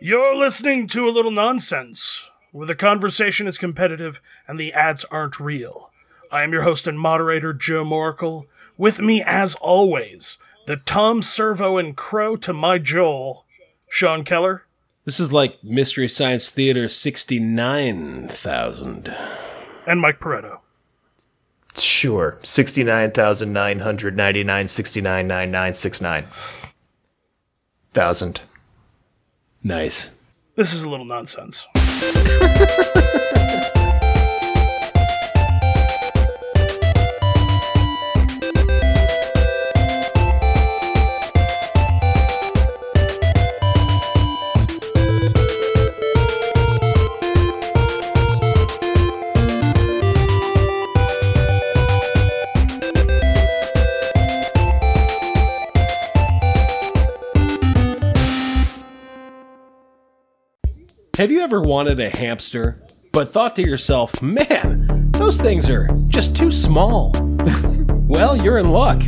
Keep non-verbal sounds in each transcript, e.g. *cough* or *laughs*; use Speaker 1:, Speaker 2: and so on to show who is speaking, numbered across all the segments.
Speaker 1: You're listening to a little nonsense, where the conversation is competitive and the ads aren't real. I am your host and moderator, Joe Moracle. With me, as always, the Tom Servo and Crow to my Joel, Sean Keller.
Speaker 2: This is like Mystery Science Theater 69,000.
Speaker 1: and Mike Pareto.
Speaker 3: Sure. 69,999, 69,9969. Thousand.
Speaker 2: Nice.
Speaker 1: This is a little nonsense.
Speaker 2: Have you ever wanted a hamster, but thought to yourself, man, those things are just too small? *laughs* well, you're in luck.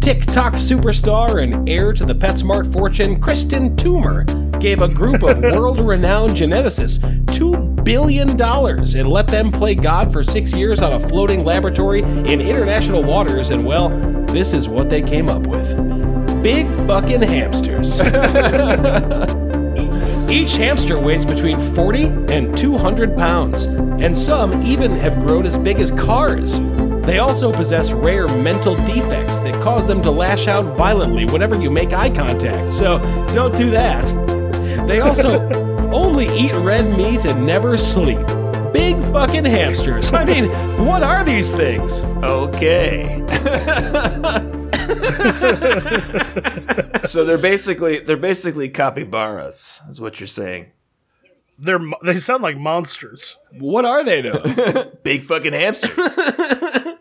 Speaker 2: TikTok superstar and heir to the PetSmart fortune, Kristen Toomer, gave a group of world renowned geneticists $2 billion and let them play God for six years on a floating laboratory in international waters, and well, this is what they came up with big fucking hamsters. *laughs* Each hamster weighs between 40 and 200 pounds, and some even have grown as big as cars. They also possess rare mental defects that cause them to lash out violently whenever you make eye contact, so don't do that. They also only eat red meat and never sleep. Big fucking hamsters. I mean, what are these things?
Speaker 3: Okay. so they're basically they're basically capybaras, is what you're saying.
Speaker 1: They're mo- they sound like monsters.
Speaker 2: What are they though?
Speaker 3: Big fucking hamsters.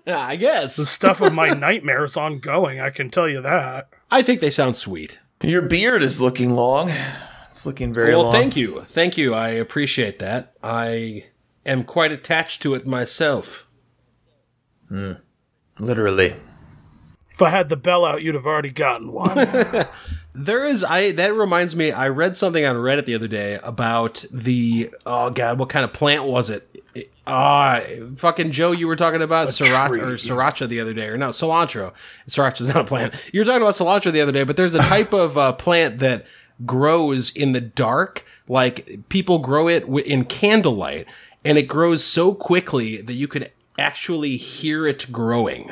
Speaker 2: I guess.
Speaker 1: Stuff of my nightmares ongoing. I can tell you that.
Speaker 2: I think they sound sweet.
Speaker 3: Your beard is looking long. It's looking very
Speaker 2: Well,
Speaker 3: long.
Speaker 2: thank you. Thank you. I appreciate that. I am quite attached to it myself.
Speaker 3: Literally.
Speaker 1: If I had the bell out, you'd have already gotten one.
Speaker 2: There is I that reminds me I read something on Reddit the other day about the oh god, what kind of plant was it? Ah, fucking Joe, you were talking about sriracha, or sriracha the other day, or no, cilantro. Sriracha's not a plant. *laughs* You were talking about cilantro the other day, but there's a type of uh, plant that grows in the dark. Like people grow it wi- in candlelight, and it grows so quickly that you could actually hear it growing.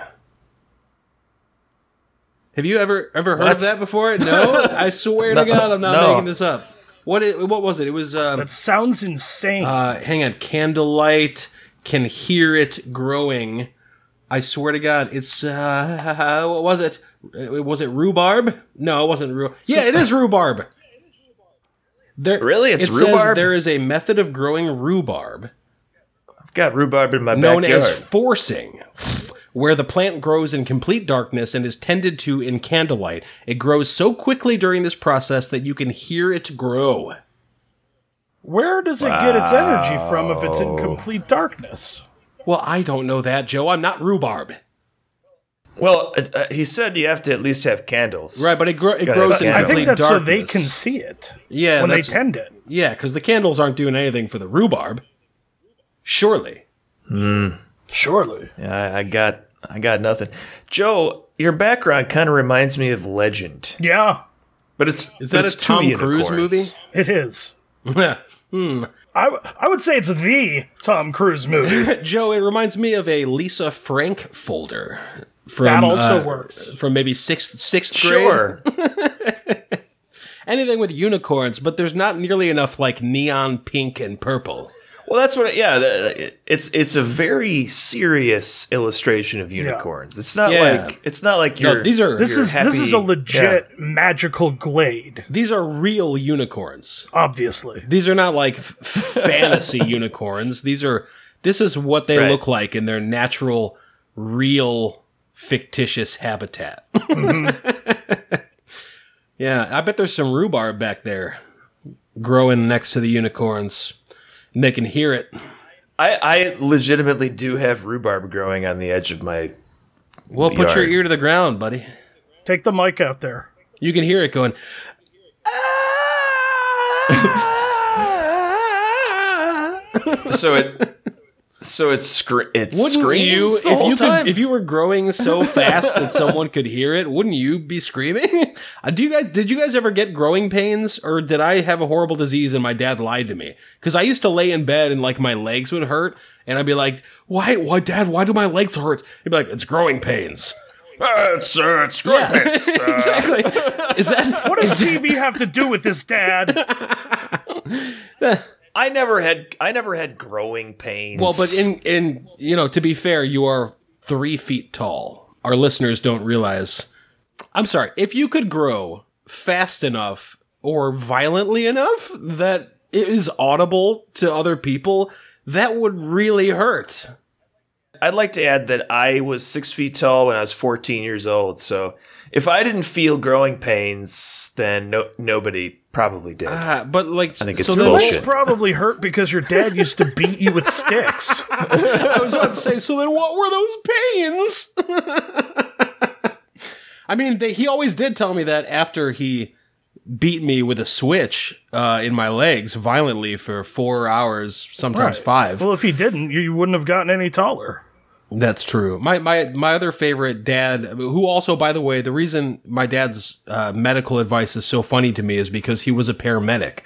Speaker 2: Have you ever ever heard of
Speaker 3: What?
Speaker 2: that before? No,
Speaker 3: *laughs*
Speaker 2: I swear to God, I'm not
Speaker 3: No.
Speaker 2: making this up. What it, what was it? It was um,
Speaker 1: that sounds insane.
Speaker 2: uh, hang on, candlelight can hear it growing. I swear to God, it's uh, *laughs* what was it? Uh, Was it rhubarb? No, it wasn't rhubarb. Yeah, it is rhubarb. There,
Speaker 3: Really? It's
Speaker 2: it Says
Speaker 3: rhubarb?
Speaker 2: there is a method of growing rhubarb
Speaker 3: I've got rhubarb in my
Speaker 2: known
Speaker 3: backyard.
Speaker 2: as forcing, where the plant grows in complete darkness and is tended to in candlelight. It grows so quickly during this process that you can hear it grow.
Speaker 1: Where does it get its energy from if it's in complete darkness?
Speaker 2: Well, I don't know that, Joe. I'm not rhubarb.
Speaker 3: well, uh, uh, he said you have to at least have candles.
Speaker 2: Right, but it, gro- it
Speaker 3: Got it.
Speaker 2: grows in
Speaker 3: Yeah.
Speaker 1: I think
Speaker 2: complete
Speaker 1: that's so
Speaker 2: darkness.
Speaker 1: they can see it
Speaker 2: Yeah,
Speaker 1: when they
Speaker 2: that's,
Speaker 1: tend it.
Speaker 2: yeah, because the candles aren't doing anything for the rhubarb. Surely. *laughs*
Speaker 1: Surely.
Speaker 3: Yeah, I, I got I got nothing. Joe, your background kind of reminds me of Legend,
Speaker 1: Yeah,
Speaker 3: but it's
Speaker 2: Is that
Speaker 3: but it's
Speaker 2: a
Speaker 3: two
Speaker 2: Tom Cruise
Speaker 3: unicorns.
Speaker 2: movie?
Speaker 1: it is.
Speaker 2: hmm.
Speaker 1: I, w- I would say it's the Tom Cruise
Speaker 2: *laughs*
Speaker 1: movie.
Speaker 2: Joe, it reminds me of a Lisa Frank folder. From,
Speaker 1: That also
Speaker 2: uh,
Speaker 1: works.
Speaker 2: From maybe sixth sixth grade.
Speaker 3: Sure.
Speaker 2: Anything with unicorns, but there's not nearly enough like neon pink and purple.
Speaker 3: *laughs* well, that's what. Yeah, the- it's it's a very serious illustration of unicorns. It's not
Speaker 2: Yeah.
Speaker 3: like it's not like you're.
Speaker 2: these are-
Speaker 1: This
Speaker 3: you're
Speaker 1: is this is
Speaker 3: happy-
Speaker 1: a legit magical glade,
Speaker 2: These are real unicorns.
Speaker 1: obviously.
Speaker 2: These are not like f-
Speaker 3: *laughs*
Speaker 2: fantasy unicorns. These are this is what they
Speaker 3: Right.
Speaker 2: look like in their natural, real, fictitious habitat. *laughs* yeah, I bet there's some rhubarb back there growing next to the unicorns. And they can hear it.
Speaker 3: Yeah. I I legitimately do have rhubarb growing on the edge of *laughs* my.
Speaker 2: Well, put your
Speaker 3: Yard.
Speaker 2: ear to the ground, buddy.
Speaker 1: Take the mic out there.
Speaker 2: You can hear it going.
Speaker 3: so it so it's scre- it screams
Speaker 2: you
Speaker 3: the
Speaker 2: if
Speaker 3: whole
Speaker 2: you
Speaker 3: time.
Speaker 2: could if you were growing so fast that someone could hear it? Wouldn't you be screaming? *laughs* Uh, Do you guys did you guys ever get growing pains, or did I have a horrible disease and my dad lied to me? Because I used to lay in bed and like my legs would hurt, and I'd be like, "Why, why, Dad? Why do my legs hurt?" He'd be like, "It's growing pains."
Speaker 3: Uh, it's, uh, it's growing
Speaker 2: Yeah, *laughs* exactly. Is that
Speaker 1: What does TV have to do with this,
Speaker 2: *laughs*
Speaker 1: Dad?
Speaker 3: I never had I never had growing pains.
Speaker 2: Well, but in in you know, to be fair, you are three feet tall. Our listeners don't realize. I'm sorry. If you could grow fast enough or violently enough that it is audible to other people, that would really hurt.
Speaker 3: I'd like to add that I was six feet tall when I was 14 years old. So if I didn't feel growing pains, then no, nobody probably did.
Speaker 2: Ah, but like, I
Speaker 3: think it's
Speaker 2: so then-
Speaker 3: bullshit.
Speaker 1: It's probably hurt because your dad used to beat you with sticks.
Speaker 2: *laughs* I was about to say. So then, what were those pains? *laughs* I mean, they, he always did tell me that after he beat me with a switch uh, in my legs violently for four hours, sometimes five.
Speaker 1: Well, if he didn't, you you wouldn't have gotten any
Speaker 2: *laughs*
Speaker 1: taller.
Speaker 2: That's true. My my my other favorite dad, who also, by the way, the reason my dad's uh, medical advice is so funny to me is because he was a paramedic,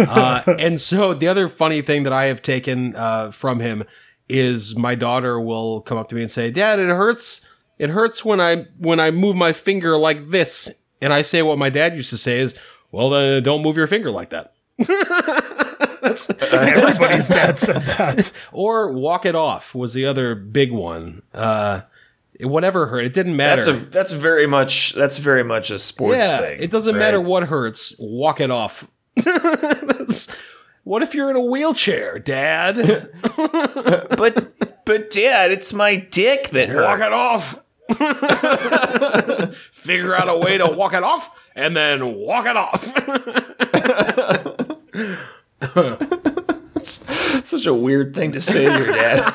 Speaker 2: uh, and so the other funny thing that I have taken uh, from him is my daughter will come up to me and say, "Dad, it hurts. It hurts when I when I move my finger like this." And I say what my dad used to say is, "Well, uh, don't move your finger like that."
Speaker 1: Everybody's dad said that.
Speaker 2: Or walk it off was the other big one. Uh, whatever hurt, it didn't matter.
Speaker 3: that's a that's very much that's very much a sports
Speaker 2: yeah,
Speaker 3: thing.
Speaker 2: It doesn't
Speaker 3: right? *laughs*
Speaker 2: matter what hurts, walk it off. *laughs* That's- what if you're in a wheelchair, *laughs* Dad?
Speaker 3: But but dad, it's my dick that hurts.
Speaker 2: walk it off. *laughs* Figure out a way to walk it off and then walk it *laughs* off.
Speaker 3: *laughs* Such a weird thing to say to your
Speaker 2: *laughs*
Speaker 3: dad.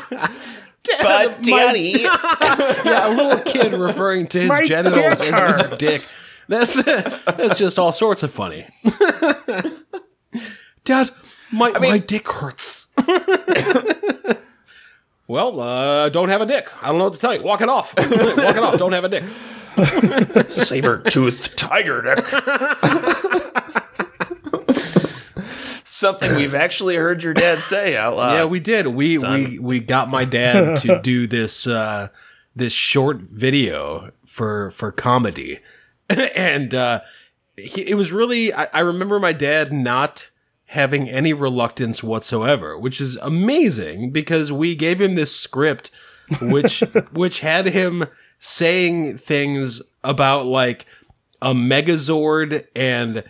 Speaker 3: but daddy,
Speaker 2: yeah, a little kid referring to his
Speaker 1: My
Speaker 2: genitals
Speaker 1: dick
Speaker 2: as his
Speaker 1: hurts.
Speaker 2: dick. That's that's just all sorts of funny. *laughs* Dad, my my dick hurts. *laughs* well, uh, don't have a dick. I don't know what to tell you. Walk it off. *laughs* Walk it off. Don't have a dick.
Speaker 3: saber tooth tiger dick. Something we've actually heard your dad say out loud.
Speaker 2: Yeah, we did. We we we got my dad to do this uh, this short video for for comedy, *laughs* and uh, he, it was really. I, I remember my dad not having any reluctance whatsoever, which is amazing because we gave him this script, which which had him saying things about like a megazord and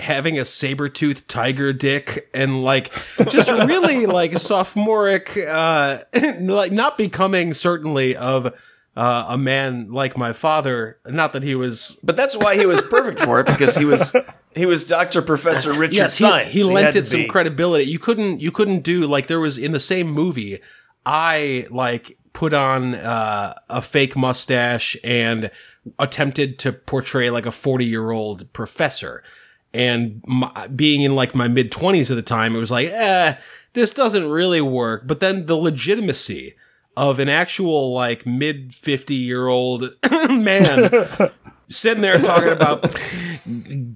Speaker 2: having a saber-toothed tiger dick and like just really like sophomoric uh *laughs* like not becoming certainly of uh a man like my father not that he was
Speaker 3: But that's why he was perfect for it because he was he was Doctor Professor Richard
Speaker 2: he-
Speaker 3: Science.
Speaker 2: he, lent
Speaker 3: had
Speaker 2: it
Speaker 3: to
Speaker 2: some
Speaker 3: be.
Speaker 2: credibility you couldn't you couldn't do like there was in the same movie i like put on uh a fake mustache and attempted to portray like a 40 year old professor and my, being in like my mid 20s at the time it was like eh this doesn't really work but then the legitimacy of an actual like mid 50 year old *coughs*
Speaker 3: *laughs*
Speaker 2: man sitting there talking about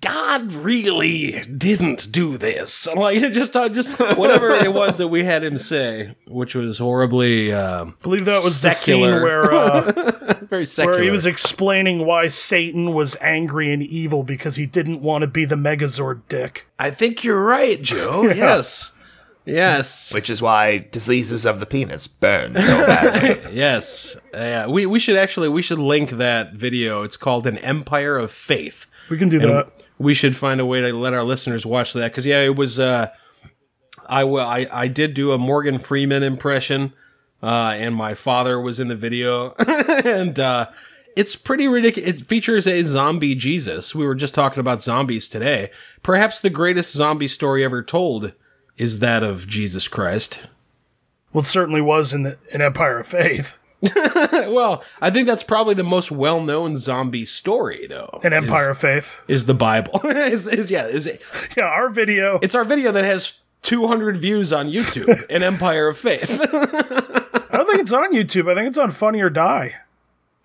Speaker 2: God really didn't do this. *laughs* I'm Like just uh, just whatever it was that we had him say, which was horribly um
Speaker 1: believe that was the
Speaker 2: Secular.
Speaker 1: scene where
Speaker 2: *laughs*
Speaker 1: uh,
Speaker 2: very secular.
Speaker 1: where he was explaining why Satan was angry and evil because he didn't want to be the Megazord dick.
Speaker 2: I think you're right, *laughs* Joe. Yes. *laughs* Yes.
Speaker 3: which is why diseases of the penis burn
Speaker 2: *laughs*
Speaker 3: so badly.
Speaker 2: Yes. Uh, Yeah. We we should actually we should link that video. It's called An Empire of Faith.
Speaker 1: We can do that.
Speaker 2: we should find a way to let our listeners watch that because yeah, it was. Uh, I will. I I did do a Morgan Freeman impression, uh, and my father was in the video, *laughs* and uh, it's pretty ridiculous. It features a zombie Jesus. We were just talking about zombies today. Perhaps the greatest zombie story ever told is that of Jesus Christ. *laughs*
Speaker 1: Well, it certainly was in the, an Empire of Faith.
Speaker 2: well, I think that's probably the most well-known zombie story, though.
Speaker 1: An
Speaker 2: is-
Speaker 1: Empire of Faith. *laughs*
Speaker 2: is, the Bible. *laughs* is, is yeah, is it?
Speaker 1: Yeah, our video.
Speaker 2: It's our video that has 200 views on
Speaker 3: *laughs*
Speaker 2: YouTube. An Empire of Faith.
Speaker 1: I don't think it's on YouTube. I think it's on Funny or Die.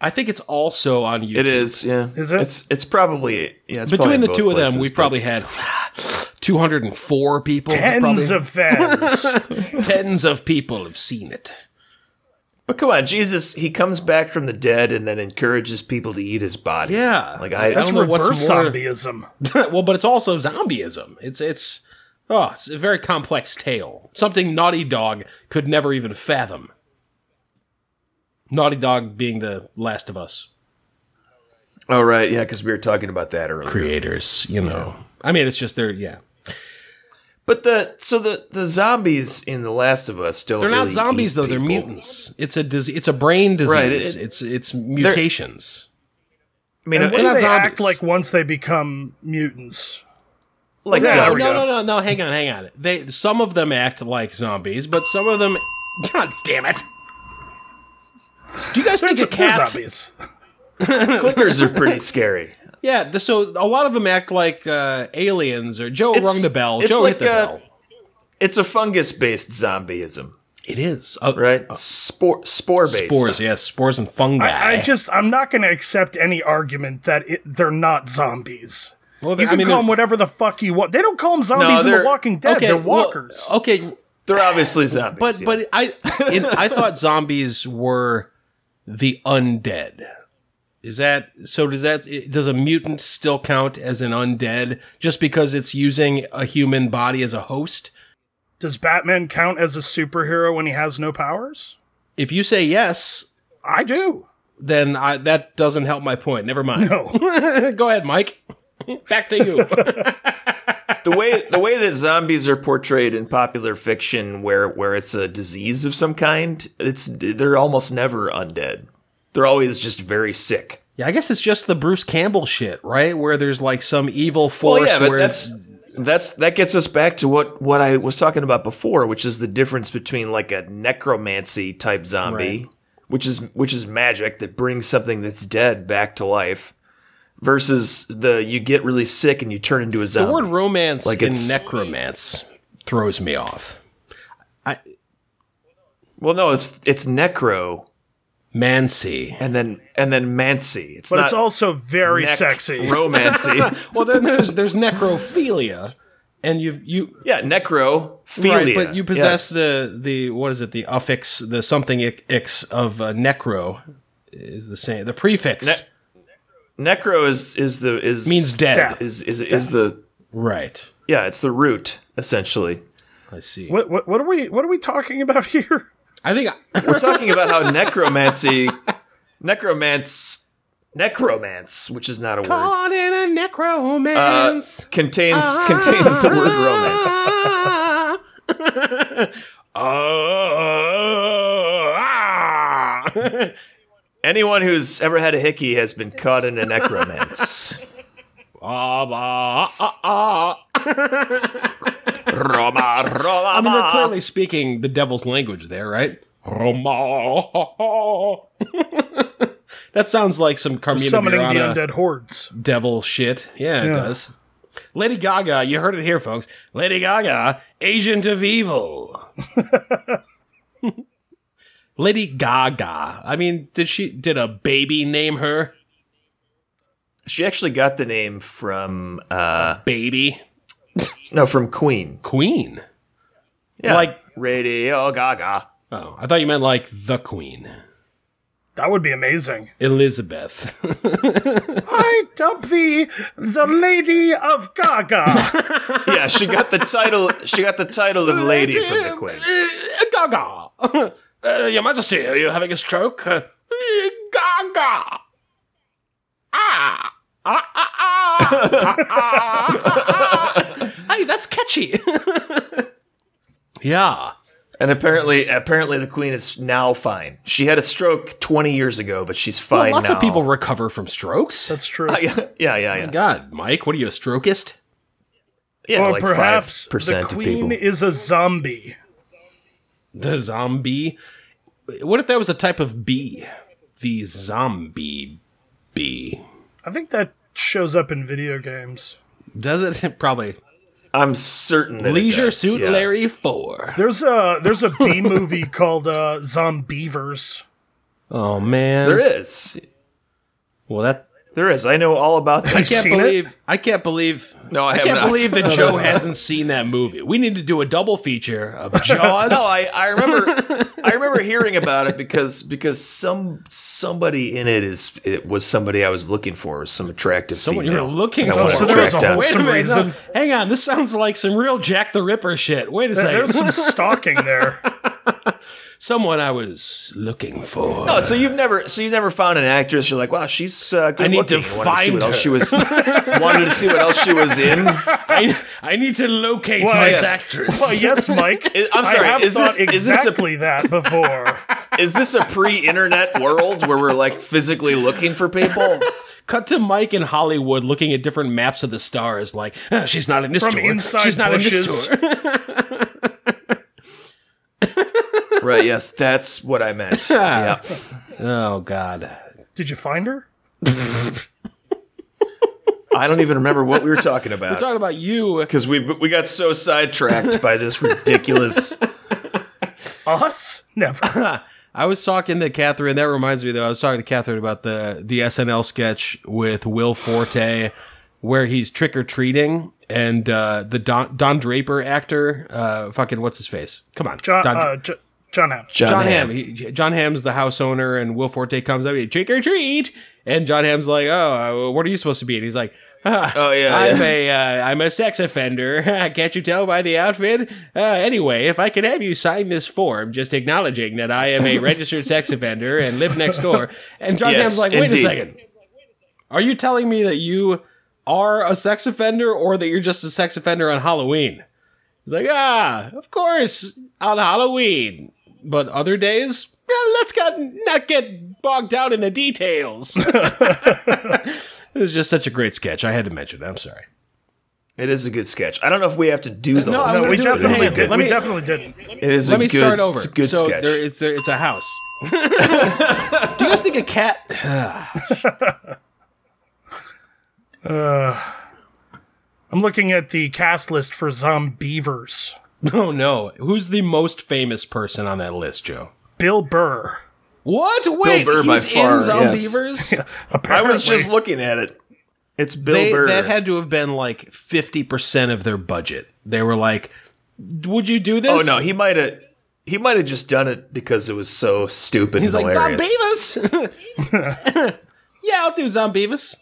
Speaker 2: I think it's also on YouTube.
Speaker 3: It is, yeah.
Speaker 1: Is it?
Speaker 3: It's it's probably yeah. It's probably
Speaker 2: Between
Speaker 3: in
Speaker 2: the
Speaker 3: both
Speaker 2: two of them,
Speaker 3: places,
Speaker 2: we've
Speaker 3: but-
Speaker 2: probably had *sighs* 204 people.
Speaker 1: Tens
Speaker 2: probably-
Speaker 1: of
Speaker 2: *laughs*
Speaker 1: fans.
Speaker 2: tens of people have seen it. *laughs*
Speaker 3: But come on, Jesus, he comes back from the dead and then encourages people to eat his body.
Speaker 2: Yeah.
Speaker 3: like I,
Speaker 2: That's
Speaker 1: That's
Speaker 2: I don't know what's
Speaker 1: reverse
Speaker 2: more-
Speaker 1: zombieism.
Speaker 2: well, but it's also zombieism. It's it's oh, it's a very complex tale. Something Naughty Dog could never even fathom. Naughty Dog being the Last of Us
Speaker 3: Oh right, yeah, because we were talking about that earlier.
Speaker 2: creators, you know. I mean, it's just they're yeah,
Speaker 3: But the so the the zombies in The Last of Us don't
Speaker 2: they're not
Speaker 3: really
Speaker 2: zombies
Speaker 3: eat
Speaker 2: though. They're
Speaker 3: people.
Speaker 2: mutants. It's a dis- it's a brain disease.
Speaker 3: Right, it-
Speaker 2: it's it's mutations.
Speaker 3: I mean,
Speaker 1: And what
Speaker 3: it-
Speaker 1: do
Speaker 2: not
Speaker 1: they
Speaker 2: zombies.
Speaker 1: act like once they become mutants?
Speaker 3: like
Speaker 1: Yeah,
Speaker 2: No,
Speaker 1: There we
Speaker 3: zombies.
Speaker 2: no, no, no, no. Hang on, hang on. They some of them act like zombies, but some of them. *laughs* God damn it! Do you guys think
Speaker 1: They're
Speaker 2: a cat?
Speaker 1: zombies.
Speaker 3: Clickers are pretty scary.
Speaker 2: Yeah, the, so a lot of them act like uh, aliens or Joe
Speaker 3: It's-
Speaker 2: rung the bell.
Speaker 3: it's
Speaker 2: Joe
Speaker 3: like uh,
Speaker 2: hit the
Speaker 3: a-
Speaker 2: bell.
Speaker 3: It's a fungus based zombieism,
Speaker 2: It is uh,
Speaker 3: right? Spore spore based.
Speaker 2: Spores, yes, spores and fungi.
Speaker 1: I just, I'm not going to accept any argument that it, they're not zombies.
Speaker 2: Well, they-
Speaker 1: you
Speaker 2: I
Speaker 1: can
Speaker 2: mean,
Speaker 1: call
Speaker 2: they're-
Speaker 1: them whatever the fuck you want. They don't call them zombies in
Speaker 3: they're-
Speaker 1: The Walking Dead.
Speaker 2: okay,
Speaker 1: they're
Speaker 2: well,
Speaker 1: walkers.
Speaker 2: okay,
Speaker 3: They're obviously zombies.
Speaker 2: but
Speaker 3: yeah.
Speaker 2: but I in, I
Speaker 3: *laughs*
Speaker 2: thought zombies were the undead. Is that so? Does that does a mutant still count as an undead just because it's using a human body as a host?
Speaker 1: Does Batman count as a superhero when he has no powers?
Speaker 2: If you say yes,
Speaker 1: I do.
Speaker 2: then I, that doesn't help my point. Never mind.
Speaker 1: No.
Speaker 2: *laughs* Go ahead, Mike. Back to you.
Speaker 3: the way the way that zombies are portrayed in popular fiction, where where it's a disease of some kind, it's they're almost never undead. They're always just very sick.
Speaker 2: *laughs* Yeah, I guess it's just the Bruce Campbell shit, right? Where there's like some evil force
Speaker 3: Well, yeah, but
Speaker 2: where it's-
Speaker 3: that's that's that gets us back to what what I was talking about before, which is the difference between like a necromancy type zombie, which is which is magic that brings something that's dead back to life, versus the you get really sick and you turn into a zombie.
Speaker 2: the word romance
Speaker 3: Like
Speaker 2: and
Speaker 3: it's-
Speaker 2: necromance throws me off.
Speaker 3: well, no, it's it's necro
Speaker 2: Mancy.
Speaker 3: and then and then mancy. It's
Speaker 1: But
Speaker 3: not
Speaker 1: it's also very
Speaker 3: nec-
Speaker 1: sexy.
Speaker 3: *laughs* romancy.
Speaker 2: *laughs* Well, then there's there's necrophilia, and you you
Speaker 3: yeah, necrophilia.
Speaker 2: right, but you possess
Speaker 3: Yes.
Speaker 2: the the what is it? The affix, the something ic- ix of uh, necro is the same. The prefix
Speaker 3: necro is is the is
Speaker 2: means dead.
Speaker 1: Death.
Speaker 3: is is is the
Speaker 2: Right.
Speaker 3: yeah, it's the root essentially.
Speaker 2: I see.
Speaker 1: What, what, what are we what are we talking about *laughs* here?
Speaker 2: I think I-
Speaker 3: We're talking about how necromancy, necromance, necromance, which is not a word,
Speaker 2: caught in a necromance.
Speaker 3: contains Uh, contains the word romance.
Speaker 2: Ah. *laughs* Oh, ah. *laughs*
Speaker 3: Anyone who's ever had a hickey has been caught in a necromance.
Speaker 2: Ah, bah, ah, ah.
Speaker 3: Roma,
Speaker 2: I mean, they're
Speaker 3: Roma.
Speaker 2: clearly speaking the devil's language there, right? Roma. *laughs* that sounds like some Carmina
Speaker 1: Summoning the
Speaker 2: Burana
Speaker 1: undead hordes.
Speaker 2: devil shit. Yeah, it
Speaker 1: Yeah.
Speaker 2: does. Lady Gaga, you heard it here, folks. Lady Gaga, agent of evil. *laughs* Lady Gaga. I mean, did she did a baby name her?
Speaker 3: She actually got the name from uh
Speaker 2: Baby
Speaker 3: no from Queen.
Speaker 2: Queen.
Speaker 3: Yeah.
Speaker 2: Like-
Speaker 3: Radio Gaga.
Speaker 2: Oh, I thought you meant like the Queen.
Speaker 1: That would be amazing.
Speaker 2: Elizabeth. *laughs*
Speaker 1: I dub thee the Lady of Gaga.
Speaker 3: Yeah, she got the title. She got the title of lady from the Queen.
Speaker 2: Eh, Gaga. *laughs* Uh, Your Majesty, are you having a stroke? Uh, Gaga. Ah. Ah, ah, ah, ah, ah, ah, ah. Hey, that's catchy. *laughs* yeah.
Speaker 3: And apparently, apparently, the Queen is now fine. She had a stroke 20 years ago, but she's
Speaker 2: Well,
Speaker 3: fine.
Speaker 2: lots
Speaker 3: now.
Speaker 2: of people recover from strokes.
Speaker 1: That's true.
Speaker 3: *laughs* yeah, yeah, yeah. yeah.
Speaker 2: God, Mike, what are you, a strokeist?
Speaker 3: yeah
Speaker 1: or
Speaker 3: like
Speaker 1: perhaps
Speaker 3: 5%
Speaker 1: the
Speaker 3: of
Speaker 1: Queen
Speaker 3: people.
Speaker 1: is a zombie.
Speaker 2: The zombie. What if that was a type of bee? The zombie bee.
Speaker 1: I think that shows up in video games.
Speaker 2: Does it? *laughs* Probably.
Speaker 3: I'm certain. That it
Speaker 2: Leisure
Speaker 3: does,
Speaker 2: Suit
Speaker 3: yeah.
Speaker 2: Larry 4.
Speaker 1: There's a there's a B movie called uh, Zombievers.
Speaker 2: Oh, man.
Speaker 3: There is.
Speaker 2: Well, that.
Speaker 3: There is. I know all
Speaker 2: *laughs*
Speaker 3: about
Speaker 2: I
Speaker 3: that.
Speaker 2: can't
Speaker 1: seen it?
Speaker 2: believe I can't believe
Speaker 3: No, I have
Speaker 2: can't
Speaker 3: not.
Speaker 2: believe *laughs* that
Speaker 3: *laughs*
Speaker 2: Joe hasn't seen that movie. We need to do a double feature *laughs* of Jaws.
Speaker 3: No, I, I remember
Speaker 2: *laughs*
Speaker 3: I remember hearing about it because because some somebody in it is it was somebody I was looking for, some attractive
Speaker 2: Someone you
Speaker 3: female.
Speaker 2: were looking
Speaker 3: And I
Speaker 2: for.
Speaker 3: wanted
Speaker 1: So
Speaker 3: to
Speaker 1: there was
Speaker 3: track
Speaker 1: a
Speaker 3: down.
Speaker 1: whole-
Speaker 2: Wait a
Speaker 1: some
Speaker 2: minute, no,
Speaker 1: reason-
Speaker 2: hang on. This sounds like some real Jack the Ripper shit. Wait a
Speaker 1: There's
Speaker 2: second.
Speaker 1: some stalking
Speaker 2: *laughs*
Speaker 1: there.
Speaker 2: Someone I was looking for.
Speaker 3: Oh, so you've never so you've never found an actress you're like, wow, she's uh, good
Speaker 2: I need to
Speaker 3: looking. You wanted see
Speaker 2: find
Speaker 3: what else
Speaker 2: her.
Speaker 3: she was *laughs* wanted to see what else she was in.
Speaker 2: *laughs* I, I need to locate
Speaker 1: Well,
Speaker 2: this
Speaker 1: yes.
Speaker 2: actress.
Speaker 1: Well, yes, Mike.
Speaker 3: I- I'm
Speaker 1: I
Speaker 3: sorry,
Speaker 1: have
Speaker 3: is
Speaker 1: thought
Speaker 3: this- is this a-
Speaker 1: exactly that
Speaker 3: *laughs*
Speaker 1: before.
Speaker 3: Is this a pre-internet world where we're like physically looking for people?
Speaker 2: Cut to Mike in Hollywood looking at different maps of the stars, like, "Ah, she's not in this
Speaker 1: From
Speaker 2: tour.
Speaker 1: inside
Speaker 2: She's not in
Speaker 1: bushes."
Speaker 2: this tour.
Speaker 3: Right, yes, that's what I meant. Yeah.
Speaker 2: oh, God.
Speaker 1: *laughs* Did you find her?
Speaker 3: I don't even remember what we were talking about.
Speaker 2: Talking about you.
Speaker 3: because we we got so sidetracked by this ridiculous.
Speaker 1: Us?
Speaker 2: *laughs*
Speaker 1: Never. Uh,
Speaker 2: I was talking to Catherine. That reminds me, though. I was talking to Catherine about the the SNL sketch with Will Forte, where he's trick or treating, and uh, the Don, Don Draper actor, uh, fucking what's his face? Come on,
Speaker 1: John
Speaker 2: Don,
Speaker 1: uh, J- John Hamm.
Speaker 2: John Ham. He, John Ham's the house owner, and Will Forte comes up, and trick or treat, and John Ham's like, "Oh, uh, what are you supposed to be?" And he's like, *laughs* "Ah,
Speaker 3: Oh, yeah,
Speaker 2: I'm
Speaker 3: yeah.
Speaker 2: a uh, I'm a sex offender. *laughs* Can't you tell by the outfit? Uh, anyway, if I could have you sign this form, just acknowledging that I am a registered sex offender and live next door." And John
Speaker 3: Yes,
Speaker 2: Ham's like, "Wait
Speaker 3: indeed.
Speaker 2: a second, are you telling me that you are a sex offender, or that you're just a sex offender on Halloween?" He's like, ah, of course, on Halloween. But other days, well, let's got, not get bogged down in the
Speaker 3: *laughs*
Speaker 2: details. it was just such a great sketch. I had to mention it. I'm sorry.
Speaker 3: It is a good sketch. I don't know if we have to do the
Speaker 2: No,
Speaker 3: whole
Speaker 2: I'm
Speaker 1: No,
Speaker 2: gonna
Speaker 1: we
Speaker 3: sketch,
Speaker 2: do it
Speaker 3: but it is
Speaker 1: definitely
Speaker 3: a
Speaker 2: later.
Speaker 1: did.
Speaker 2: Let
Speaker 1: We definitely
Speaker 2: me-
Speaker 1: did.
Speaker 3: It is a
Speaker 2: Let me
Speaker 3: good,
Speaker 2: start over.
Speaker 3: It's a good
Speaker 2: so
Speaker 3: sketch.
Speaker 2: There, it's there. It's a house. *laughs* Do you guys think a cat? *laughs*
Speaker 1: I'm looking at the cast list for Zombievers.
Speaker 2: No, oh, no. Who's the most famous person on that list, Joe?
Speaker 1: Bill Burr.
Speaker 2: What? Wait,
Speaker 3: Burr by
Speaker 2: he's
Speaker 3: far,
Speaker 2: in
Speaker 3: yes. *laughs*
Speaker 2: Zombievers.
Speaker 3: I
Speaker 1: Apparently,
Speaker 3: was just looking at it. It's Bill
Speaker 2: they,
Speaker 3: Burr.
Speaker 2: That had to have been like 50% of their budget. They were like, would you do this?
Speaker 3: oh no, he might have. He might have just done it because it was so stupid.
Speaker 2: He's
Speaker 3: and
Speaker 2: like,
Speaker 3: hilarious.
Speaker 2: Zombievus? *laughs* yeah, I'll do Zombievus.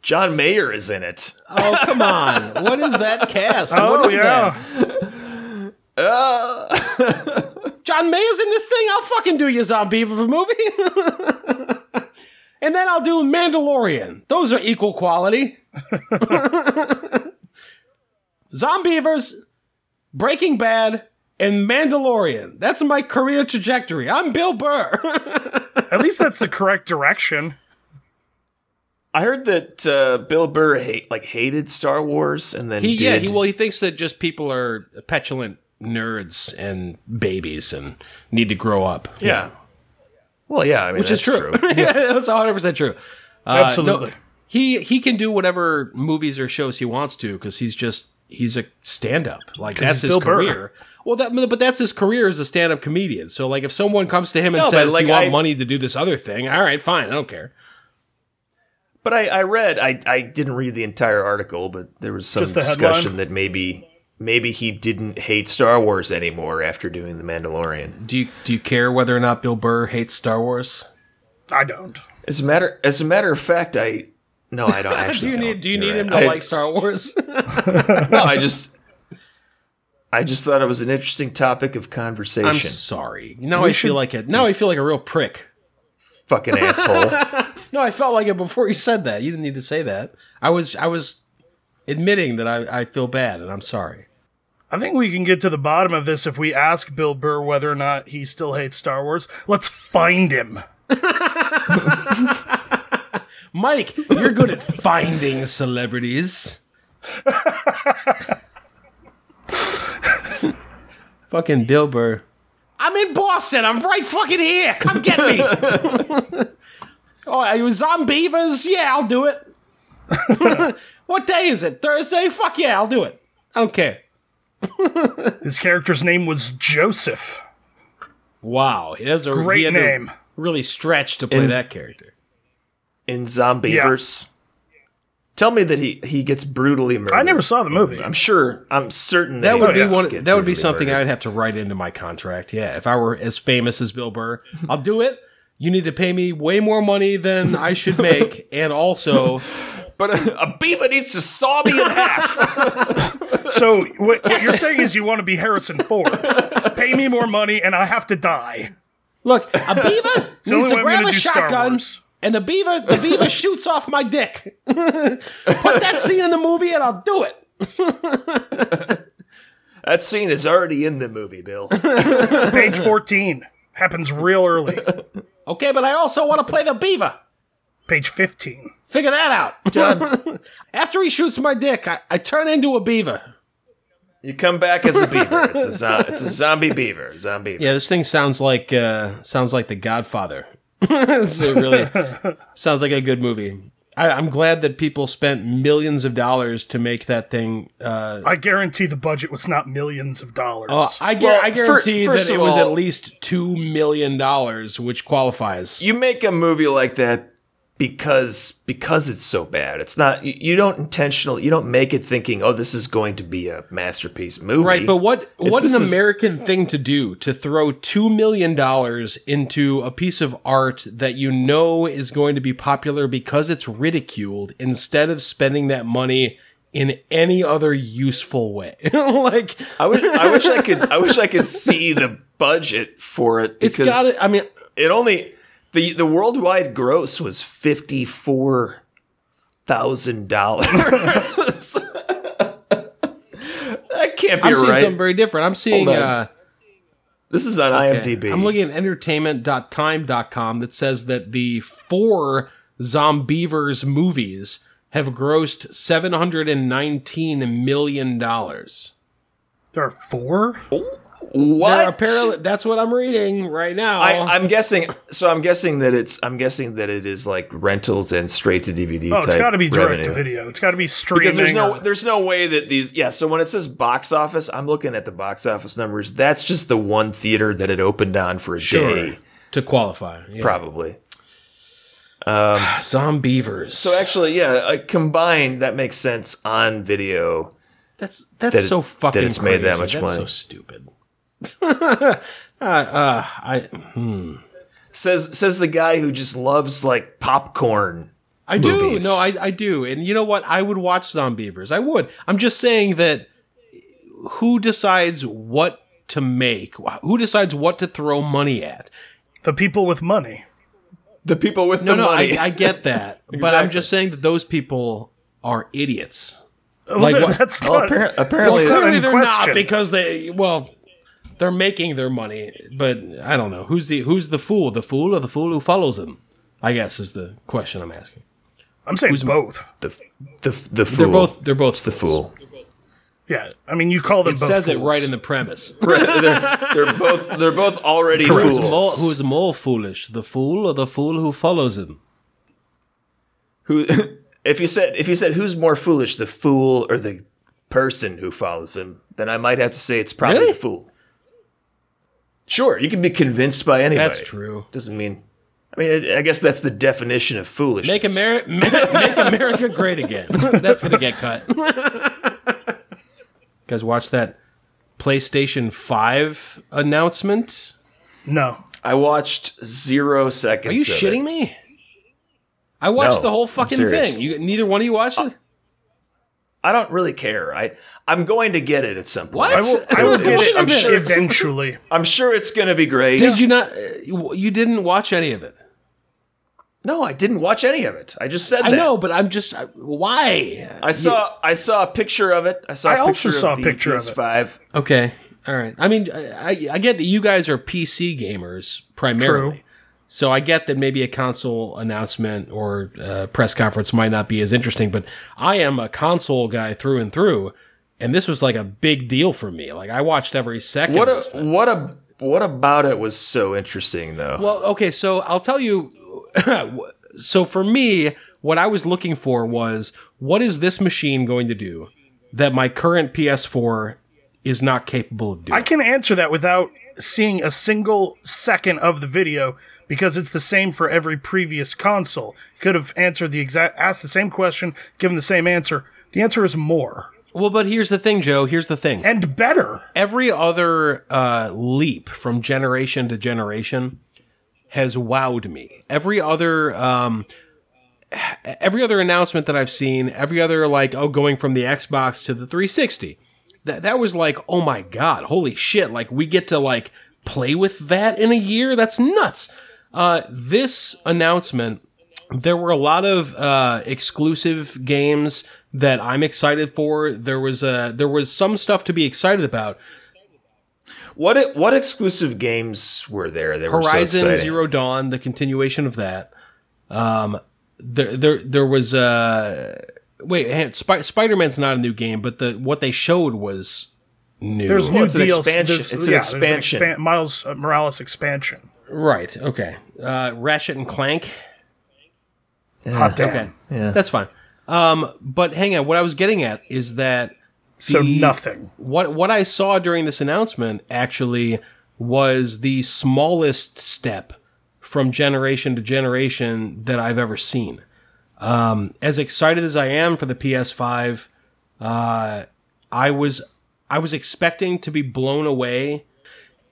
Speaker 3: John Mayer is in it.
Speaker 2: Oh, come on. What is that cast? what
Speaker 1: Oh
Speaker 2: is
Speaker 1: yeah.
Speaker 2: that? John Mayer's in this thing? I'll fucking do you Zombiever movie. *laughs* and then I'll do Mandalorian. Those are equal quality. *laughs* Zombievers, Breaking Bad, and Mandalorian. That's my career trajectory. I'm Bill Burr. *laughs*
Speaker 1: At least that's the correct direction.
Speaker 3: I heard that uh, Bill Burr hate, like hated Star Wars, and then
Speaker 2: He,
Speaker 3: did.
Speaker 2: yeah, he well, he thinks that just people are petulant nerds and babies and need to grow up,
Speaker 3: yeah. Well, yeah, I mean,
Speaker 2: which is
Speaker 3: that's
Speaker 2: true. *laughs* yeah, that's one hundred percent true. Uh,
Speaker 1: Absolutely.
Speaker 2: no, he he can do whatever movies or shows he wants to because he's just he's a stand up. Like that's his
Speaker 1: Bill Burr.
Speaker 2: career. Well, that but that's his career as a stand up comedian. So like, if someone comes to him and
Speaker 3: No, but,
Speaker 2: says,
Speaker 3: like,
Speaker 2: "Do you want
Speaker 3: I-
Speaker 2: money to do this other thing?" All right, fine, I don't care.
Speaker 3: *laughs* But I, I read I, I didn't read the entire article, but there was some
Speaker 1: Just the
Speaker 3: discussion
Speaker 1: headline?
Speaker 3: that maybe maybe he didn't hate Star Wars anymore after doing The Mandalorian.
Speaker 2: Do you do you care whether or not Bill Burr hates Star Wars?
Speaker 1: I don't.
Speaker 3: As a matter as a matter of fact, I no,
Speaker 2: *laughs*
Speaker 3: I don't actually.
Speaker 2: Do you need do you need him to
Speaker 3: I,
Speaker 2: like Star *laughs* Wars?
Speaker 3: No, I just I just thought it was an interesting topic of
Speaker 2: I'm
Speaker 3: conversation.
Speaker 2: sorry. Now I feel like it. Now I feel like a real prick.
Speaker 3: Fucking asshole.
Speaker 2: No, I felt like it before you said that. You didn't need to say that. I was I was admitting that I, I feel bad and I'm sorry.
Speaker 1: I think we can get to the bottom of this if we ask Bill Burr whether or not he still hates Star Wars. Let's find him.
Speaker 2: Mike, you're good *laughs* at finding *laughs* celebrities. Fucking Bill Burr. I'm in Boston. I'm right fucking here. Come get me. *laughs* oh, you zombievers? Yeah, I'll do it. *laughs* what day is it? Thursday? Fuck yeah, I'll do it. I don't care.
Speaker 1: His character's name was Joseph.
Speaker 2: Wow, he has a he
Speaker 1: Great
Speaker 2: had to
Speaker 1: name.
Speaker 2: Really stretch to play
Speaker 3: In-
Speaker 2: that character.
Speaker 3: in Zombievers. Tell me that he he gets brutally murdered.
Speaker 1: I never saw the movie.
Speaker 3: I'm sure. I'm certain that,
Speaker 2: That
Speaker 3: he
Speaker 1: Oh,
Speaker 2: would be
Speaker 3: does
Speaker 2: one.
Speaker 3: get
Speaker 2: That would be
Speaker 3: brutally
Speaker 2: something
Speaker 3: murdered.
Speaker 2: I'd have to write into my contract. Yeah, if I were as famous as Bill Burr, I'll do it. You need to pay me way more money than I
Speaker 1: *laughs*
Speaker 2: should make, and also
Speaker 3: But a, a beaver needs to saw me in
Speaker 2: *laughs*
Speaker 3: half.
Speaker 1: So what, what you're saying is you want to be Harrison Ford? Pay me more money and I have to die.
Speaker 2: look, a beaver needs
Speaker 1: only way I'm
Speaker 2: to grab
Speaker 1: gonna
Speaker 2: a
Speaker 1: do Star
Speaker 2: shotgun,
Speaker 1: Wars.
Speaker 2: and the beaver, the
Speaker 1: *laughs*
Speaker 2: beaver shoots off my dick. Put that scene in the movie, and I'll do it.
Speaker 3: that scene is already in the
Speaker 2: *laughs*
Speaker 3: movie, Bill.
Speaker 1: Page 14 happens real early.
Speaker 2: Okay, but I also want to play the beaver.
Speaker 1: Page 15.
Speaker 2: Figure that out.
Speaker 1: *laughs*
Speaker 3: Done.
Speaker 2: After he shoots my dick, I, I turn into a beaver.
Speaker 3: You come back as a beaver. It's a, zo- it's a zombie beaver. Zombie.
Speaker 2: Yeah, this thing sounds like uh, sounds like The Godfather. *laughs* It's a really sounds like a good movie. I, I'm glad that people spent millions of dollars to make that thing. Uh,
Speaker 1: I guarantee the budget was not millions of dollars.
Speaker 2: uh, I, gu-
Speaker 3: Well,
Speaker 2: I
Speaker 3: fir-
Speaker 2: guarantee
Speaker 3: first
Speaker 2: that it
Speaker 3: of
Speaker 2: was
Speaker 3: all-
Speaker 2: at least two million dollars, which qualifies.
Speaker 3: You make a movie like that because because it's so bad. It's not you, you don't intentional. You don't make it thinking, oh, this is going to be a masterpiece movie.
Speaker 2: Right, but what
Speaker 3: It's-
Speaker 2: what an
Speaker 3: this is-
Speaker 2: American thing to do to throw two million dollars into a piece of art that you know is going to be popular because it's ridiculed instead of spending that money in any other useful way. *laughs* like
Speaker 3: I wish I wish I could I wish I could see the budget for it.
Speaker 2: it's
Speaker 3: because
Speaker 2: got to I mean
Speaker 3: it only the the worldwide gross was fifty four thousand dollars. *laughs* that can't be
Speaker 2: I'm seeing
Speaker 3: right.
Speaker 2: something very different. I'm seeing
Speaker 3: Hold on.
Speaker 2: uh
Speaker 3: this is on IMDb.
Speaker 2: I'm looking at entertainment.time.com that says that the four Zombievers movies have grossed 719 million dollars.
Speaker 1: there are four?
Speaker 3: what?
Speaker 2: They're apparently, that's what I'm reading right now.
Speaker 3: I, I'm guessing. So I'm guessing that it's. I'm guessing that it is like rentals and straight to DVD.
Speaker 1: Oh, it's
Speaker 3: got to
Speaker 1: be direct
Speaker 3: revenue.
Speaker 1: to video. It's got to be streaming.
Speaker 3: Because there's no
Speaker 1: or-
Speaker 3: there's no way that these yeah so when it says box office I'm looking at the box office numbers that's just the one theater that it opened on for a day
Speaker 2: to qualify. Yeah.
Speaker 3: probably
Speaker 2: Zombievers.
Speaker 3: so actually yeah uh, combined that makes sense on video
Speaker 2: that's that's
Speaker 3: that it-
Speaker 2: so fucking
Speaker 3: that it's
Speaker 2: crazy.
Speaker 3: made that much
Speaker 2: that's
Speaker 3: money.
Speaker 2: so stupid. *laughs* uh, uh, I
Speaker 3: says says the guy who just loves like popcorn
Speaker 2: I
Speaker 3: Movies.
Speaker 2: do. No, I, I do. And you know what? I would watch Zombievers. I would. I'm just saying that who decides what to make? Who decides what to throw money at?
Speaker 1: the people with money.
Speaker 3: the people with
Speaker 2: No,
Speaker 3: the
Speaker 2: no,
Speaker 3: money
Speaker 2: I, I get
Speaker 3: *laughs*
Speaker 2: that. But I'm
Speaker 3: Exactly.
Speaker 2: just saying that those people are idiots.
Speaker 1: Well,
Speaker 2: Like
Speaker 1: *laughs*
Speaker 2: what- Oh,
Speaker 1: That's
Speaker 3: well,
Speaker 1: not,
Speaker 3: appar-
Speaker 2: Well,
Speaker 3: apparently
Speaker 1: It's not
Speaker 2: clearly
Speaker 1: in
Speaker 2: they're
Speaker 1: question.
Speaker 2: not because they well, they're making their money. But I don't know who's the who's the fool, the fool or the fool who follows him. I guess is the question I'm asking.
Speaker 1: I'm saying both.
Speaker 3: the the the fool
Speaker 2: They're both they're both
Speaker 3: the *laughs* fool
Speaker 1: Yeah, I mean, you call them
Speaker 2: It
Speaker 1: both.
Speaker 2: says it
Speaker 1: fools.
Speaker 2: right in the
Speaker 3: *laughs*
Speaker 2: premise.
Speaker 3: they're both they're both already
Speaker 2: Who's
Speaker 3: fools
Speaker 2: more, who's more foolish, the fool or the fool who follows him?
Speaker 3: who *laughs* if you said if you said who's more foolish the fool or the person who follows him then i might have to say it's probably
Speaker 2: Really?
Speaker 3: the fool sure you can be convinced by anybody
Speaker 2: That's true.
Speaker 3: doesn't mean i mean i, I guess that's the definition of foolishness
Speaker 2: Make America make America great *laughs* again. That's gonna get cut. guys, watch that PlayStation Five announcement.
Speaker 1: No,
Speaker 3: i watched zero seconds
Speaker 2: Are you
Speaker 3: of it.
Speaker 2: shitting me? I watched
Speaker 3: No,
Speaker 2: the whole
Speaker 3: I'm
Speaker 2: fucking
Speaker 3: serious.
Speaker 2: thing. You neither one of you watched it.
Speaker 3: i don't really care i i'm going to get it at some point
Speaker 2: What?
Speaker 1: I will. I
Speaker 2: It-
Speaker 1: will
Speaker 2: it
Speaker 1: get
Speaker 2: should
Speaker 1: it.
Speaker 2: have
Speaker 1: I'm
Speaker 2: been-
Speaker 1: sure eventually.
Speaker 3: i'm sure it's gonna be great
Speaker 2: Did you not? uh, You you didn't watch any of it.
Speaker 3: no i didn't watch any of it i just said
Speaker 2: I
Speaker 3: that
Speaker 2: know, but I'm just I- why?
Speaker 3: I saw I saw a picture of it. I saw a
Speaker 1: I also
Speaker 3: picture
Speaker 1: saw a
Speaker 3: of the
Speaker 1: picture of it.
Speaker 3: PS5.
Speaker 2: Okay, all right. I mean, I, I- I get that you guys are PC gamers primarily,
Speaker 1: True.
Speaker 2: so I get that maybe a console announcement or uh, press conference might not be as interesting. But I am a console guy through and through, and this was like a big deal for me. Like I watched every second.
Speaker 3: What
Speaker 2: of this
Speaker 3: a what a what about it was so interesting though?
Speaker 2: Well, okay, so I'll tell you. *clears throat* so for me, what I was looking for was what is this machine going to do that my current PS4 is not capable of doing?
Speaker 1: I can answer that without seeing a single second of the video because it's the same for every previous console. Could have answered the exact, asked the same question, given the same answer. The answer is more
Speaker 2: well, but here's the thing, Joe. Here's the thing.
Speaker 1: and better.
Speaker 2: every other uh, leap from generation to generation has wowed me. Every other um, every other announcement that I've seen, every other like oh going from the Xbox to the 360, that that was like oh my god, holy shit! Like we get to like play with that in a year. That's nuts. Uh, this announcement there were a lot of uh, exclusive games that I'm excited for. There was uh, there was some stuff to be excited about.
Speaker 3: What what exclusive games were there? That were so
Speaker 2: Horizon
Speaker 3: exciting?
Speaker 2: Zero Dawn, the continuation of that. Um, there there there was uh, wait, hang- Sp- Spider Man's not a new game, but the what they showed was new.
Speaker 1: There's new
Speaker 3: it's an
Speaker 1: DLC.
Speaker 3: expansion.
Speaker 1: there's-
Speaker 3: It's an
Speaker 1: yeah, there's
Speaker 3: expansion.
Speaker 1: expan- Miles uh, Morales expansion.
Speaker 2: right, okay. Uh, Ratchet and Clank.
Speaker 1: Hot damn.
Speaker 2: Okay, that's fine. Um, but hang on, what I was getting at is that
Speaker 1: So
Speaker 2: the-
Speaker 1: nothing.
Speaker 2: what what I saw during this announcement actually was the smallest step from generation to generation that I've ever seen. Um, as excited as I am for the PS5, uh, I was I was expecting to be blown away,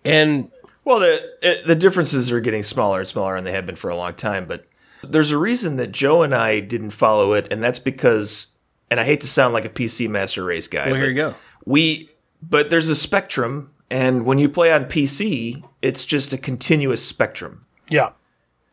Speaker 2: and
Speaker 3: Well, the it, the differences are getting smaller and smaller, and they have been for a long time. But there's a reason that Joe and I didn't follow it, and that's because, and I hate to sound like a PC master race guy.
Speaker 2: well, here
Speaker 3: but
Speaker 2: you go.
Speaker 3: We, but there's a spectrum, and when you play on PC, it's just a continuous spectrum.
Speaker 1: Yeah.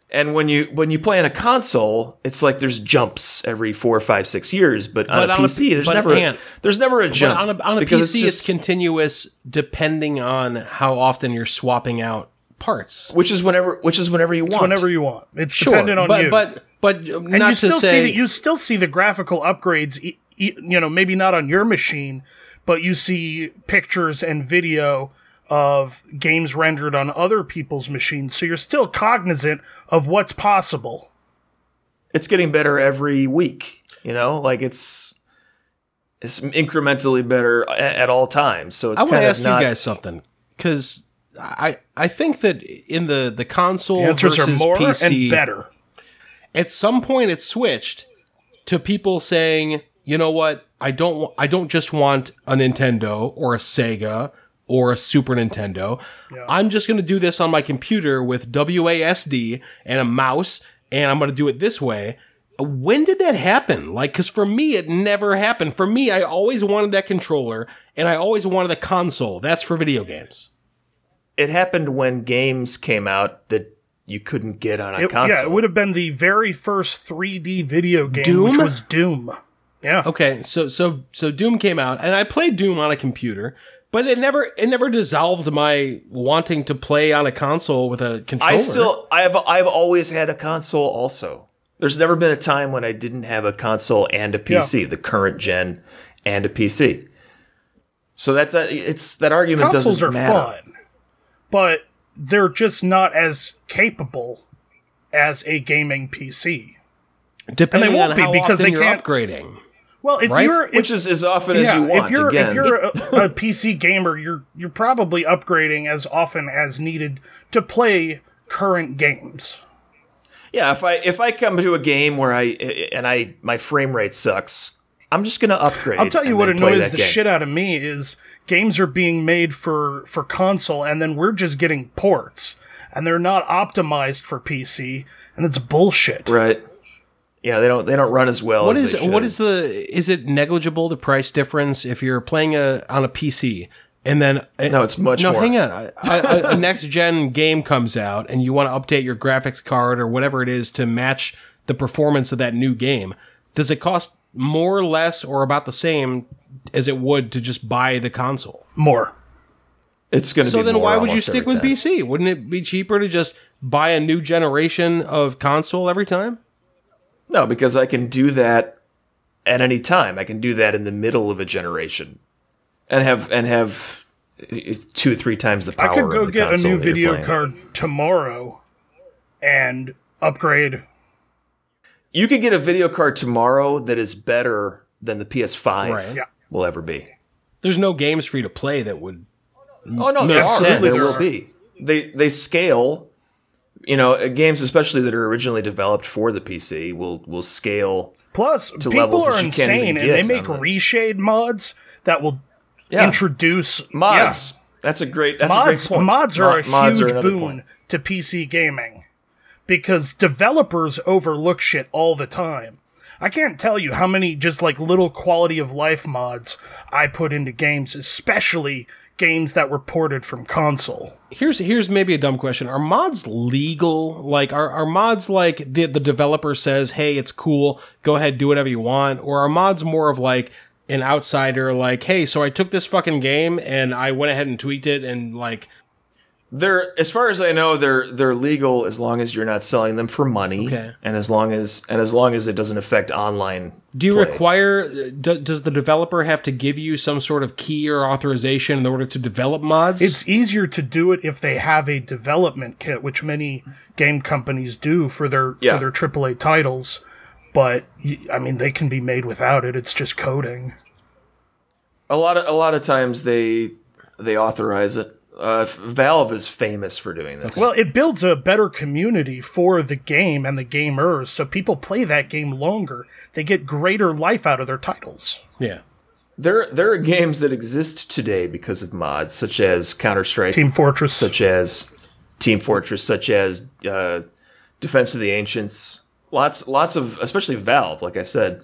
Speaker 3: And when you when you play on a console, it's like there's jumps every four, five, six years. But on
Speaker 2: But
Speaker 3: a
Speaker 2: on a
Speaker 3: PC,
Speaker 2: P-
Speaker 3: there's
Speaker 2: but
Speaker 3: never
Speaker 2: Ant,
Speaker 3: there's never a
Speaker 2: But
Speaker 3: jump
Speaker 2: on a, on a PC,
Speaker 3: because
Speaker 2: it's,
Speaker 3: just-
Speaker 2: continuous depending on how often you're swapping out parts.
Speaker 3: which is whenever which is whenever you want.
Speaker 1: Whenever you want. It's
Speaker 2: Sure,
Speaker 1: dependent on
Speaker 2: but,
Speaker 1: you.
Speaker 2: but but uh, not
Speaker 1: and you
Speaker 2: to
Speaker 1: still
Speaker 2: say
Speaker 1: see that you still see the graphical upgrades e- e- you know maybe not on your machine but you see pictures and video of games rendered on other people's machines so you're still cognizant of what's possible
Speaker 3: it's getting better every week. You know, like it's it's incrementally better at, at all times. So it's
Speaker 2: I
Speaker 3: kind
Speaker 2: want to
Speaker 3: of
Speaker 2: ask
Speaker 3: not,
Speaker 2: you guys something because I I think that in the the console
Speaker 1: answers are
Speaker 2: versus
Speaker 1: more
Speaker 2: PC,
Speaker 1: and better
Speaker 2: at some point it switched to people saying, you know what, I don't wa- I don't just want a Nintendo or a Sega or a Super Nintendo. I'm just going to do this on my computer with WASD and a mouse and I'm going to do it this way. When did that happen? Like cuz for me it never happened. For me I always wanted that controller and I always wanted a console. That's for video games.
Speaker 3: It happened when games came out that you couldn't get on a
Speaker 1: It-
Speaker 3: console.
Speaker 1: yeah it would have been the very first 3d video game which
Speaker 2: Doom?
Speaker 1: was doom yeah
Speaker 2: Okay, so so so Doom came out, and I played Doom on a computer, but it never it never dissolved my wanting to play on a console with a controller.
Speaker 3: I still I've I've always had a console also. There's never been a time when I didn't have a console and a PC, the current gen and a PC. So that, that it's that argument
Speaker 1: consoles
Speaker 3: doesn't
Speaker 1: are
Speaker 3: matter.
Speaker 1: fun but they're just not as capable as a gaming pc
Speaker 2: depending
Speaker 1: and they won't
Speaker 2: on
Speaker 1: be
Speaker 2: how
Speaker 1: because
Speaker 2: often
Speaker 1: they
Speaker 2: you're
Speaker 1: can't-
Speaker 2: upgrading.
Speaker 1: well if
Speaker 2: Right?
Speaker 1: you're if
Speaker 3: Which is as often as you want.
Speaker 1: If you're
Speaker 3: again.
Speaker 1: if
Speaker 3: *laughs*
Speaker 1: you're a, a PC gamer, you're you're probably upgrading as often as needed to play current games.
Speaker 3: Yeah, if I if I come to a game where I and I my frame rate sucks, I'm just gonna upgrade.
Speaker 1: I'll tell you
Speaker 3: and
Speaker 1: what
Speaker 3: then play
Speaker 1: annoys
Speaker 3: that
Speaker 1: the
Speaker 3: game.
Speaker 1: shit out of me is games are being made for for console and then we're just getting ports and they're not optimized for PC and it's bullshit.
Speaker 3: Right. Yeah, they don't they don't run as well.
Speaker 2: What
Speaker 3: as
Speaker 2: is
Speaker 3: they
Speaker 2: what
Speaker 3: should.
Speaker 2: is the is it negligible the price difference if you're playing a on a PC and then
Speaker 3: No, it's much
Speaker 2: no
Speaker 3: more.
Speaker 2: hang on I- I- a, a next gen game comes out and you want to update your graphics card or whatever it is to match the performance of that new game does it cost more or less or about the same as it would to just buy the console
Speaker 1: More.
Speaker 3: It's gonna.
Speaker 2: so
Speaker 3: be
Speaker 2: then
Speaker 3: more
Speaker 2: why would you
Speaker 3: almost
Speaker 2: stick
Speaker 3: every
Speaker 2: with
Speaker 3: time.
Speaker 2: PC wouldn't it be cheaper to just buy a new generation of console every time
Speaker 3: No, because I can do that at any time. I can do that in the middle of a generation, and have and have it's two three times the power.
Speaker 1: I could
Speaker 3: of
Speaker 1: go
Speaker 3: the
Speaker 1: get a
Speaker 3: console
Speaker 1: new
Speaker 3: that you're
Speaker 1: video
Speaker 3: playing.
Speaker 1: card tomorrow and upgrade.
Speaker 3: You could get a video card tomorrow that is better than the PS5
Speaker 2: Right.
Speaker 1: Yeah.
Speaker 3: will ever be.
Speaker 2: There's no games for you to play that would.
Speaker 3: Oh no, there
Speaker 2: Makes
Speaker 3: are.
Speaker 2: sense.
Speaker 3: There
Speaker 1: There
Speaker 3: will
Speaker 1: are.
Speaker 3: be. They they scale. You know, uh, games especially that are originally developed for the PC will will scale.
Speaker 1: Plus, people
Speaker 3: levels that
Speaker 1: are
Speaker 3: you can't even
Speaker 1: insane and
Speaker 3: get
Speaker 1: they make
Speaker 3: on the-
Speaker 1: reshade mods that will
Speaker 3: Yeah,
Speaker 1: introduce
Speaker 3: mods. That's a great. That's a great
Speaker 1: mods
Speaker 3: point.
Speaker 1: mods
Speaker 3: Mo-
Speaker 1: are a
Speaker 3: mods
Speaker 1: huge
Speaker 3: another
Speaker 1: boon
Speaker 3: point.
Speaker 1: to PC gaming because developers overlook shit all the time. I can't tell you how many just like little quality of life mods I put into games, especially games that were ported from console.
Speaker 2: Here's here's maybe a dumb question. Are mods legal? Like are, are mods like the the developer says, "Hey, it's cool. Go ahead, do whatever you want." Or are mods more of like an outsider like, "Hey, so I took this fucking game and I went ahead and tweaked it and like
Speaker 3: They're as far as I know, they're they're legal as long as you're not selling them for money,
Speaker 2: Okay.
Speaker 3: and as long as and as long as it doesn't affect online.
Speaker 2: Do you
Speaker 3: play.
Speaker 2: require? Do, does the developer have to give you some sort of key or authorization in order to develop mods?
Speaker 1: It's easier to do it if they have a development kit, which many game companies do for their
Speaker 3: Yeah.
Speaker 1: for their AAA titles. But y- I mean, they can be made without it. It's just coding.
Speaker 3: a lot of a lot of times they they authorize it. Uh, Valve is famous for doing this.
Speaker 1: Well, it builds a better community for the game and the gamers, so people play that game longer. They get greater life out of their titles.
Speaker 2: yeah.
Speaker 3: There, there are games that exist today because of mods, such as Counter Strike,
Speaker 1: Team Fortress.
Speaker 3: such as Team Fortress, such as uh, Defense of the Ancients. Lots, lots of, especially Valve, like I said,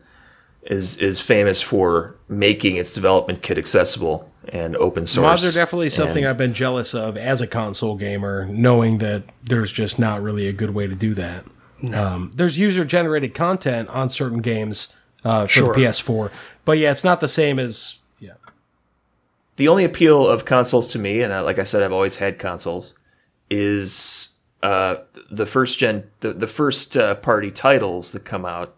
Speaker 3: is is famous for making its development kit accessible and open source.
Speaker 2: Mods are definitely something
Speaker 3: And
Speaker 2: I've been jealous of as a console gamer, knowing that there's just not really a good way to do that. Um, there's user generated content on certain games uh, for
Speaker 1: Sure.
Speaker 2: the PS4, but yeah, it's not the same as yeah.
Speaker 3: the only appeal of consoles to me, and I, like I said, I've always had consoles, is uh, the first gen, the, the first uh, party titles that come out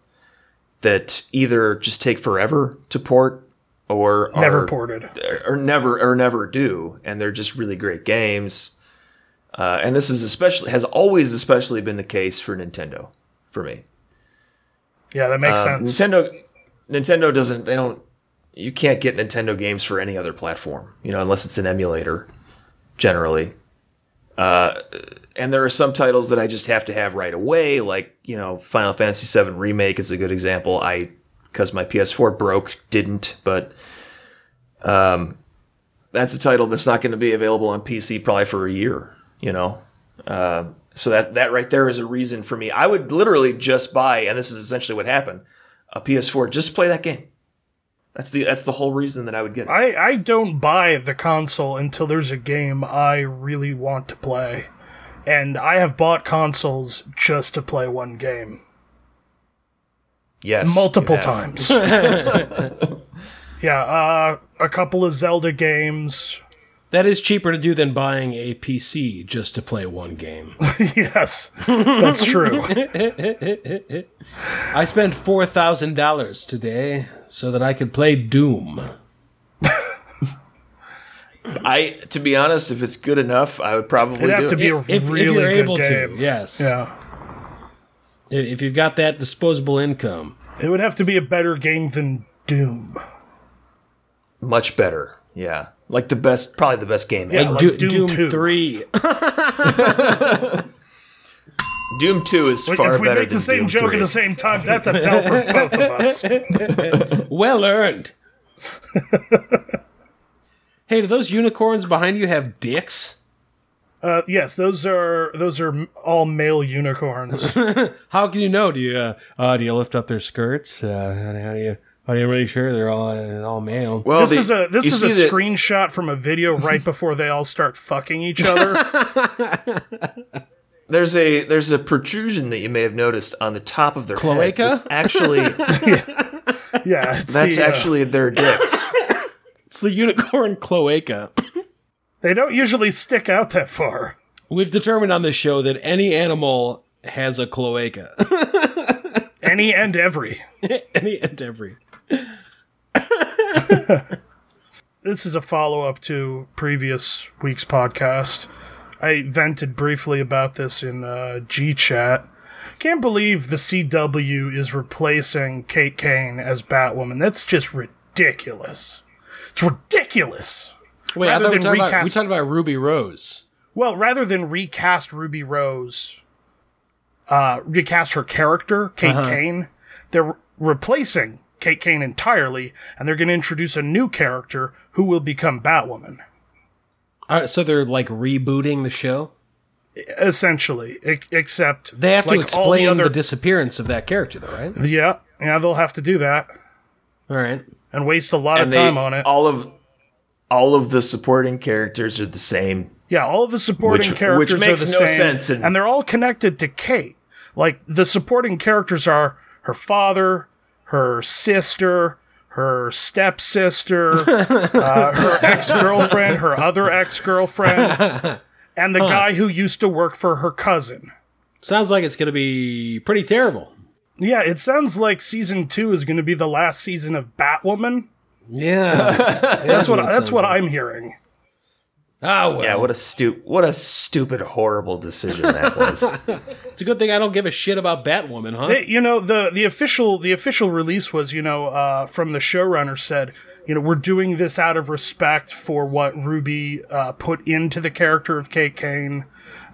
Speaker 3: that either just take forever to port or
Speaker 1: never
Speaker 3: are,
Speaker 1: ported.
Speaker 3: or never or never do, and they're just really great games. Uh, and this is especially has always especially been the case for Nintendo for me.
Speaker 1: Yeah, that makes
Speaker 3: Um,
Speaker 1: sense.
Speaker 3: Nintendo Nintendo doesn't they don't you can't get Nintendo games for any other platform, you know, unless it's an emulator generally. Uh and there are some titles that I just have to have right away, like, you know, Final Fantasy 7 remake is a good example. I cuz my PS4 broke, didn't, but um that's a title that's not going to be available on PC probably for a year, you know. Um, So that that right there is a reason for me. I would literally just buy, and this is essentially what happened, a PS4. Just to play that game. That's the that's the whole reason that I would get it.
Speaker 1: I, I don't buy the console until there's a game I really want to play. And I have bought consoles just to play one game
Speaker 3: Yes,
Speaker 1: multiple
Speaker 3: you have. *laughs*
Speaker 1: times. yeah, uh, a couple of Zelda games. *laughs*
Speaker 2: That is cheaper to do than buying a PC just to play one game. *laughs*
Speaker 1: yes,
Speaker 3: *laughs*
Speaker 1: that's true.
Speaker 2: I spent four thousand dollars today so that I could play Doom.
Speaker 3: I to be honest, if it's good enough, I would probably
Speaker 1: It'd have to
Speaker 3: do it.
Speaker 1: be a
Speaker 2: If- if
Speaker 1: really
Speaker 2: you're
Speaker 1: good
Speaker 2: able to,
Speaker 1: game.
Speaker 2: yes.
Speaker 1: Yeah.
Speaker 2: I- If you've got that disposable income,
Speaker 1: It would have to be a better game than Doom.
Speaker 3: much better. Yeah, like the best, probably the best game.
Speaker 1: Yeah.
Speaker 3: ever.
Speaker 1: like
Speaker 2: Do-
Speaker 1: Doom
Speaker 2: Doom,
Speaker 1: 2.
Speaker 2: Three.
Speaker 3: Doom Two is
Speaker 1: Like,
Speaker 3: far
Speaker 1: if we
Speaker 3: better
Speaker 1: make the
Speaker 3: than
Speaker 1: same
Speaker 3: Doom
Speaker 1: joke
Speaker 3: 3.
Speaker 1: at the same time, that's a bell for both of
Speaker 2: *laughs*
Speaker 1: us. *laughs*
Speaker 2: well earned. hey, do those unicorns behind you have dicks?
Speaker 1: Uh, yes, those are those are m- all male unicorns.
Speaker 2: How can you know? Do you uh, uh, do you lift up their skirts? Uh, how do- how do you how do you make sure they're all uh, all male?
Speaker 3: well,
Speaker 1: This
Speaker 3: Oh, the-
Speaker 1: is a this
Speaker 3: you
Speaker 1: is
Speaker 3: see
Speaker 1: a
Speaker 3: that-
Speaker 1: screenshot from a video right before they all start fucking each
Speaker 2: *laughs*
Speaker 1: other.
Speaker 3: There's a there's a protrusion that you may have noticed on the top of their heads.
Speaker 2: Cloaca?
Speaker 3: It's actually
Speaker 1: Yeah, it's
Speaker 3: that's
Speaker 1: the, uh,
Speaker 3: actually their dicks.
Speaker 2: It's the unicorn *laughs* cloaca.
Speaker 1: they don't usually stick out that far.
Speaker 2: We've determined on this show that any animal has a cloaca. *laughs*
Speaker 1: Any and every.
Speaker 2: any and every.
Speaker 1: This is a follow up to previous week's podcast. I vented briefly about this in uh, G Chat. Can't believe the CW is replacing Kate Kane as Batwoman. That's just ridiculous. It's ridiculous.
Speaker 2: Wait,
Speaker 1: Rather
Speaker 2: I thought we
Speaker 1: than
Speaker 2: talked, about, we
Speaker 1: recast-
Speaker 2: talked about Ruby Rose.
Speaker 1: Well, rather than recast Ruby Rose, uh, recast her character, Kate Kane, they're re- replacing Kate Kane entirely, and they're going to introduce a new character who will become Batwoman.
Speaker 2: All right, Uh, so they're like rebooting the show.
Speaker 1: Essentially, e- except
Speaker 2: They have to
Speaker 1: like, all
Speaker 2: explain the,
Speaker 1: other-
Speaker 2: disappearance of that character, though, right?
Speaker 1: yeah, yeah, they'll have to do that
Speaker 2: All right.
Speaker 1: and waste a lot
Speaker 3: And
Speaker 1: of
Speaker 3: they-
Speaker 1: time on it.
Speaker 3: All of all of the supporting characters are the same.
Speaker 1: Yeah, all of the supporting
Speaker 3: Which-
Speaker 1: characters
Speaker 3: which makes
Speaker 1: are the
Speaker 3: no
Speaker 1: same,
Speaker 3: sense in-
Speaker 1: and they're all connected to Kate. Like the supporting characters are her father, her sister, her
Speaker 2: *laughs*
Speaker 1: stepsister, uh, her ex-girlfriend, her other ex-girlfriend,
Speaker 2: *laughs*
Speaker 1: and the guy who used to work for her cousin.
Speaker 2: Sounds like it's going to be pretty terrible.
Speaker 1: Yeah, it sounds like season two is going to be the last season of Batwoman.
Speaker 2: Yeah. *laughs*
Speaker 1: That's what that's what I'm hearing.
Speaker 2: Oh, well.
Speaker 3: Yeah, what a stu- what a stupid, horrible decision that was.
Speaker 2: It's a good thing I don't give a shit about Batwoman, huh?
Speaker 1: They- you know the the official the official release was you know uh, from the showrunner said you know we're doing this out of respect for what Ruby uh, put into the character of Kate Kane.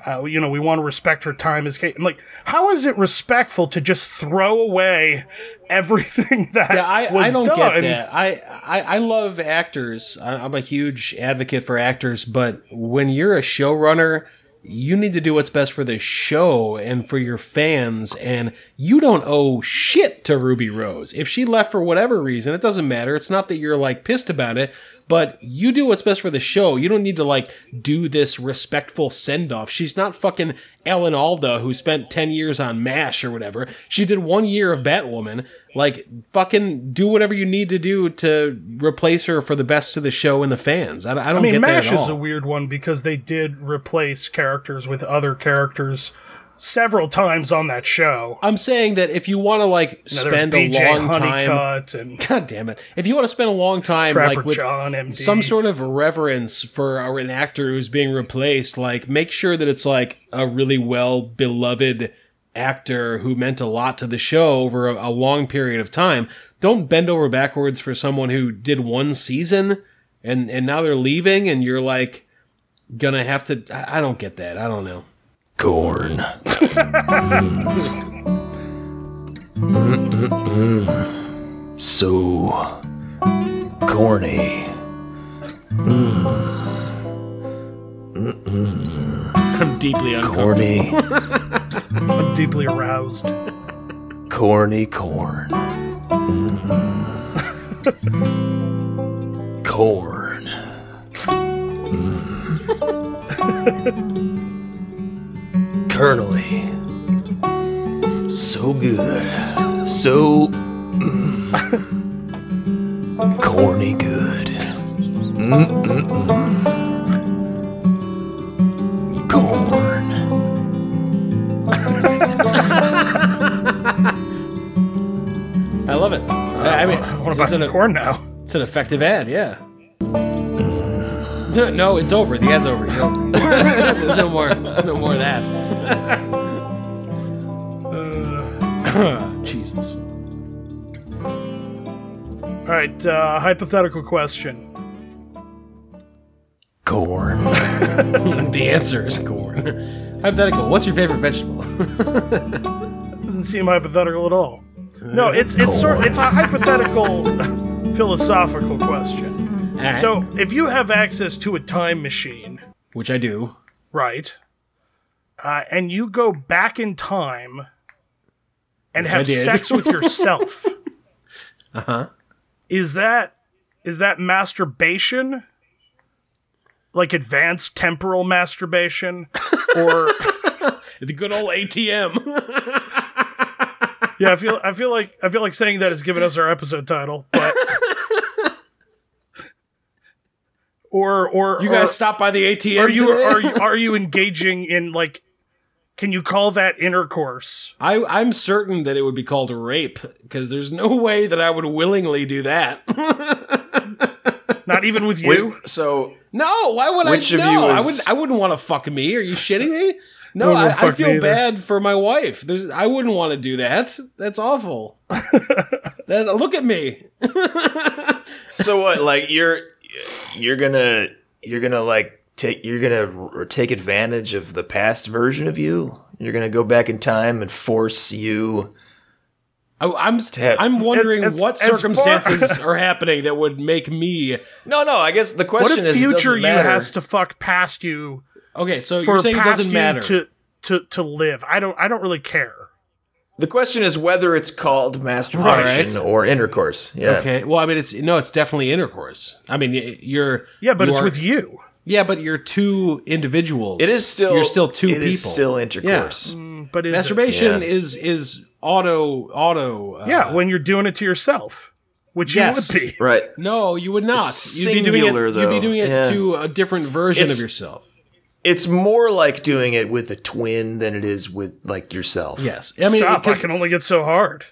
Speaker 1: Uh, you know we want to respect her time as Kate. I'm like, how is it respectful to just throw away everything *laughs* that
Speaker 2: Yeah, I,
Speaker 1: was
Speaker 2: I don't
Speaker 1: done?
Speaker 2: get that. I, I, I love actors. I, I'm a huge advocate for actors, but when you're a showrunner, you need to do what's best for the show and for your fans, and you don't owe shit to Ruby Rose. If she left for whatever reason, it doesn't matter. It's not that you're like pissed about it, but you do what's best for the show. You don't need to like do this respectful send off. She's not fucking Ellen Alda who spent 10 years on MASH or whatever. She did one year of Batwoman. Like, fucking do whatever you need to do to replace her for the best of the show and the fans. I, I don't
Speaker 1: I mean,
Speaker 2: get that
Speaker 1: Mash
Speaker 2: at all.
Speaker 1: is a weird one because they did replace characters with other characters several times on that show.
Speaker 2: I'm saying that if you want to like
Speaker 1: There's
Speaker 2: spend a
Speaker 1: BJ
Speaker 2: long time,
Speaker 1: Honeycutt and *laughs*
Speaker 2: God damn it! If you want to spend a long time,
Speaker 1: Trapper
Speaker 2: like with
Speaker 1: John, MD.
Speaker 2: some sort of reverence for an actor who's being replaced, like make sure that it's like a really well beloved actor who meant a lot to the show over a, a long period of time. Don't bend over backwards for someone who did one season and and now they're leaving, and you're like gonna have to. I, I don't get that. I don't know.
Speaker 3: Gorn. so corny.
Speaker 2: I'm deeply uncomfortable.
Speaker 3: Corny.
Speaker 1: I'm deeply aroused.
Speaker 3: Corny corn. Mm-hmm. corn. Mm. Kernely. So good. So. mm. corny good. Corn.
Speaker 2: I love it. *laughs* I I mean,
Speaker 1: I want to buy
Speaker 2: it's
Speaker 1: some
Speaker 2: an-
Speaker 1: corn now.
Speaker 2: It's an effective ad, yeah. No, no, it's over. The ad's over. You don't- *laughs* There's no more, no more
Speaker 1: *laughs*
Speaker 2: of that. *coughs* Jesus. *laughs*
Speaker 1: All right, uh, hypothetical question.
Speaker 3: Corn.
Speaker 2: the answer is corn. *laughs* Hypothetical. What's your favorite vegetable? *laughs*
Speaker 1: Doesn't seem hypothetical at all. No, it's it's sort it's a hypothetical *laughs* philosophical question. So, if you have access to a time machine,
Speaker 2: which I do.
Speaker 1: right? Uh, and you go back in time and have
Speaker 2: did. Uh-huh.
Speaker 1: sex
Speaker 2: *laughs*
Speaker 1: with yourself. uh-huh. Is that is that masturbation? Like advanced temporal masturbation
Speaker 2: *laughs*
Speaker 1: or
Speaker 2: The good old ATM.
Speaker 1: Yeah, I feel I feel like I feel like saying that has given us our episode title,
Speaker 2: *laughs*
Speaker 1: but or or
Speaker 2: *laughs* You
Speaker 1: or,
Speaker 2: guys stop by the ATM.
Speaker 1: are you
Speaker 2: today?
Speaker 1: are you are you engaging in like can you call that intercourse?
Speaker 2: I, I'm certain that it would be called *laughs* rape because there's no way that I would willingly do that.
Speaker 1: Not even with you.
Speaker 3: So
Speaker 2: No, why would
Speaker 3: Which
Speaker 2: I?
Speaker 3: of
Speaker 2: no,
Speaker 3: you
Speaker 2: I
Speaker 3: is-
Speaker 2: wouldn't. I wouldn't want to fuck me. Are you
Speaker 1: *laughs*
Speaker 2: shitting me?
Speaker 1: No,
Speaker 2: No,
Speaker 1: no,
Speaker 2: I, I
Speaker 1: fuck me
Speaker 2: feel
Speaker 1: either.
Speaker 2: bad for my wife. There's, I wouldn't want to do that.
Speaker 1: *laughs*
Speaker 2: That's awful. that, look at me.
Speaker 3: so what? Like you're you're gonna you're gonna like take you're gonna r- take advantage of the past version of you. You're gonna go back in time and force you.
Speaker 2: I, I'm,
Speaker 3: Ted.
Speaker 2: I'm wondering
Speaker 1: As- as-
Speaker 2: what
Speaker 1: as far- *laughs*
Speaker 2: circumstances are happening that would make me
Speaker 3: No, no. I guess the
Speaker 1: What
Speaker 3: question
Speaker 1: if
Speaker 3: is, it
Speaker 1: future
Speaker 3: doesn't
Speaker 1: you
Speaker 3: matter.
Speaker 1: has to fuck past you
Speaker 2: okay. So
Speaker 1: for
Speaker 2: you're saying it
Speaker 1: past
Speaker 2: doesn't
Speaker 1: you
Speaker 2: matter.
Speaker 1: to to to live? I don't. I don't really care.
Speaker 3: The question is whether it's called
Speaker 2: Right.
Speaker 3: masturbation or intercourse. Yeah.
Speaker 2: okay. Well, I mean, it's no, it's definitely intercourse. I mean, y- you're
Speaker 1: Yeah, but
Speaker 2: you
Speaker 1: it's
Speaker 2: are-
Speaker 1: with you.
Speaker 2: Yeah, but you're two individuals.
Speaker 3: It is still
Speaker 2: you're still two
Speaker 3: it
Speaker 2: people.
Speaker 3: is still intercourse.
Speaker 1: But is it?
Speaker 2: Masturbation
Speaker 3: Yeah.
Speaker 2: is is auto auto. Uh,
Speaker 1: Yeah, when you're doing it to yourself, which
Speaker 2: Yes. *laughs*
Speaker 1: you would be.
Speaker 3: Right.
Speaker 2: No, you would not. you'd be doing
Speaker 3: Singular,
Speaker 2: it. You'd
Speaker 3: though.
Speaker 2: be doing it
Speaker 3: Yeah.
Speaker 2: to a different version
Speaker 3: It's-
Speaker 2: of yourself.
Speaker 3: It's more like doing it with a twin than it is with like yourself.
Speaker 2: Yes, I mean,
Speaker 1: Stop!
Speaker 2: it
Speaker 1: I can only get so hard.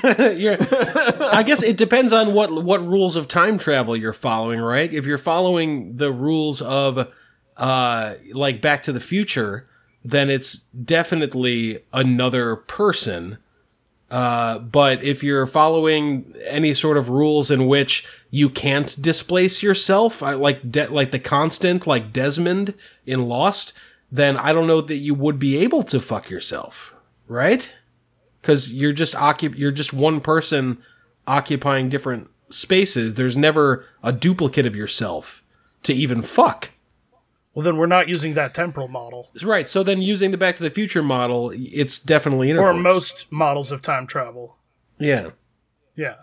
Speaker 2: could- *laughs* you're- I guess it depends on what what rules of time travel you're following, right? If you're following the rules of, uh, like Back to the Future, then it's definitely another person. Uh, but if you're following any sort of rules in which you can't displace yourself, I, like de- like the constant, like Desmond in Lost, then I don't know that you would be able to fuck yourself, right? Because you're just occup- you're just one person occupying different spaces. There's never a duplicate of yourself to even fuck.
Speaker 1: Well, then we're not using that temporal model
Speaker 2: Right. So then, using the Back to the Future model, it's definitely
Speaker 1: or
Speaker 2: intercourse.
Speaker 1: most models of time travel.
Speaker 2: Yeah.
Speaker 1: Yeah,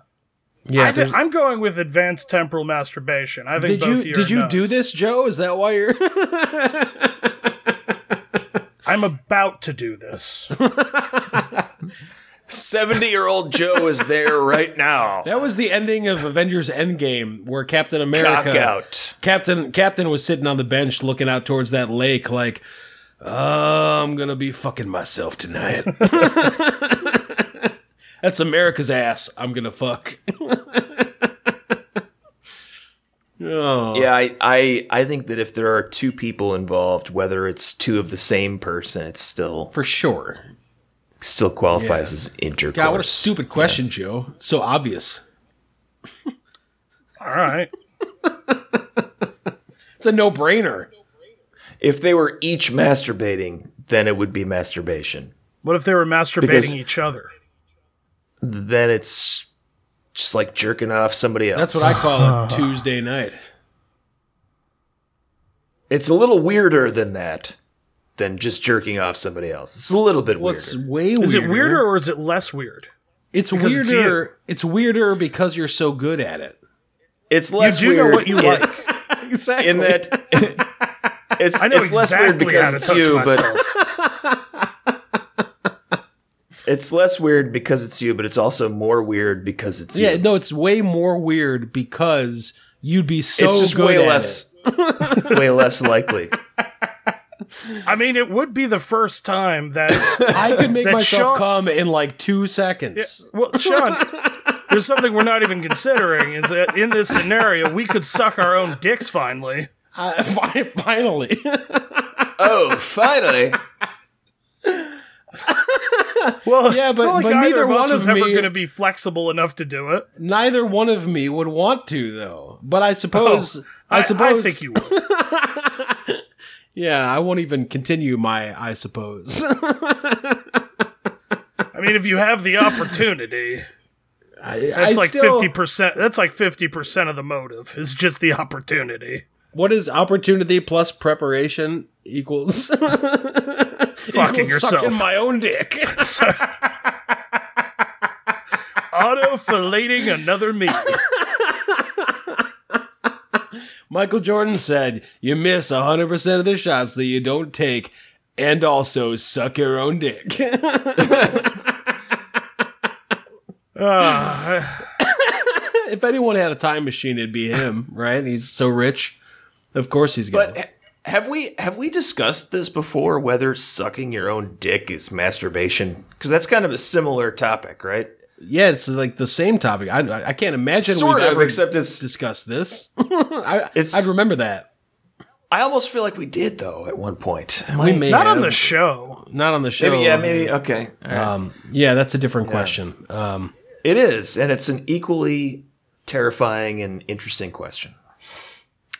Speaker 2: Yeah.
Speaker 1: I
Speaker 2: there's-
Speaker 1: am going with advanced temporal masturbation. I think
Speaker 2: Did
Speaker 1: both
Speaker 2: you
Speaker 1: of are
Speaker 2: did you do
Speaker 1: nuts.
Speaker 2: this, Joe? Is that why you're? *laughs*
Speaker 1: I'm about to do
Speaker 2: *laughs*
Speaker 1: this.
Speaker 3: 70 year old Joe is there right *laughs* now.
Speaker 2: that was the ending of Avengers Endgame, where Captain
Speaker 3: Cock
Speaker 2: America
Speaker 3: out.
Speaker 2: Captain Captain was sitting on the bench looking out towards that lake, like "Uh, I'm gonna be fucking myself tonight. *laughs* That's America's ass. I'm gonna fuck. *laughs* oh.
Speaker 3: Yeah, I, I, I think that if there are two people involved, whether it's two of the same person, it still
Speaker 2: For sure.
Speaker 3: still qualifies as intercourse.
Speaker 2: God, what a stupid question, Joe. So obvious.
Speaker 1: All right.
Speaker 2: It's a no brainer.
Speaker 3: If they were each masturbating, then it would be masturbation.
Speaker 1: What if they were masturbating
Speaker 3: Because-
Speaker 1: each other?
Speaker 3: Then it's just like jerking off somebody else.
Speaker 2: That's what I *laughs* call a Tuesday night.
Speaker 3: It's a little weirder than that, than just jerking off somebody else. It's a little bit
Speaker 2: What's
Speaker 3: weirder.
Speaker 2: way weirder?
Speaker 1: Is it weirder or is it less weird?
Speaker 2: It's
Speaker 1: Because it's you.
Speaker 2: weirder. it's weirder because you're so good at it.
Speaker 3: It's less
Speaker 1: you do
Speaker 3: weird
Speaker 1: know what you
Speaker 3: in-
Speaker 1: like.
Speaker 2: Exactly.
Speaker 3: in that
Speaker 1: *laughs*
Speaker 3: it's,
Speaker 1: I know
Speaker 3: it's less weird
Speaker 1: exactly how
Speaker 3: because
Speaker 1: to
Speaker 3: it's
Speaker 1: touch
Speaker 3: you, but
Speaker 1: myself.
Speaker 3: it's less weird because it's you, but it's also more weird because it's
Speaker 2: Yeah,
Speaker 3: you.
Speaker 2: no, it's way more weird because you'd be so
Speaker 3: it's just
Speaker 2: good
Speaker 3: way
Speaker 2: at it.
Speaker 3: less, *laughs* way less likely.
Speaker 1: I mean, it would be the first time that.
Speaker 2: *laughs* I could make
Speaker 1: That
Speaker 2: myself
Speaker 1: Sean-
Speaker 2: come in like two seconds.
Speaker 1: Well, Sean, there's something we're not even considering is that in this scenario, we could suck our own dicks finally.
Speaker 2: *laughs* I- fi- finally, *laughs*
Speaker 3: Oh, finally!
Speaker 1: Well,
Speaker 2: Yeah,
Speaker 1: it's not
Speaker 2: but-
Speaker 1: like
Speaker 2: but
Speaker 1: either
Speaker 2: neither
Speaker 1: of us
Speaker 2: one
Speaker 1: was
Speaker 2: of
Speaker 1: ever
Speaker 2: me-
Speaker 1: going to be flexible enough to do it.
Speaker 2: neither one of me would want to, though. But I suppose, I, suppose,
Speaker 1: I think you would.
Speaker 2: yeah, I won't even continue my. I suppose. *laughs*
Speaker 1: I mean, if you have the opportunity,
Speaker 2: *laughs* I,
Speaker 1: that's
Speaker 2: I
Speaker 1: like
Speaker 2: still-
Speaker 1: fifty percent. That's like fifty percent of the motive is just the opportunity.
Speaker 2: What is opportunity plus preparation equals *laughs*
Speaker 1: Fucking
Speaker 2: equals Sucking
Speaker 1: yourself.
Speaker 2: my own dick. *laughs*
Speaker 1: Auto filleting another
Speaker 2: *laughs*
Speaker 1: me.
Speaker 2: Michael Jordan said, You miss 100% of the shots that you don't take, and also suck your own
Speaker 3: *laughs*
Speaker 2: dick. Ah. if anyone had a time machine, it'd be him, right? He's so rich. Of course he's going
Speaker 3: But
Speaker 2: to.
Speaker 3: ha- have we have we discussed this before? Whether sucking your own dick is masturbation? Because that's kind of a similar topic, right?
Speaker 2: Yeah, it's like the same topic. I, I can't imagine
Speaker 3: Sort
Speaker 2: we've
Speaker 3: of,
Speaker 2: ever
Speaker 3: except it's-
Speaker 2: discussed
Speaker 3: *laughs*
Speaker 2: this. I,
Speaker 3: It's-
Speaker 2: I remember that.
Speaker 3: I almost feel like we did though at one point.
Speaker 2: We may
Speaker 1: Not on
Speaker 2: have.
Speaker 1: the show.
Speaker 2: not on the show.
Speaker 3: maybe yeah, maybe okay. All right.
Speaker 2: Um, yeah, that's a different question. Um,
Speaker 3: It is, and it's an equally terrifying and interesting question.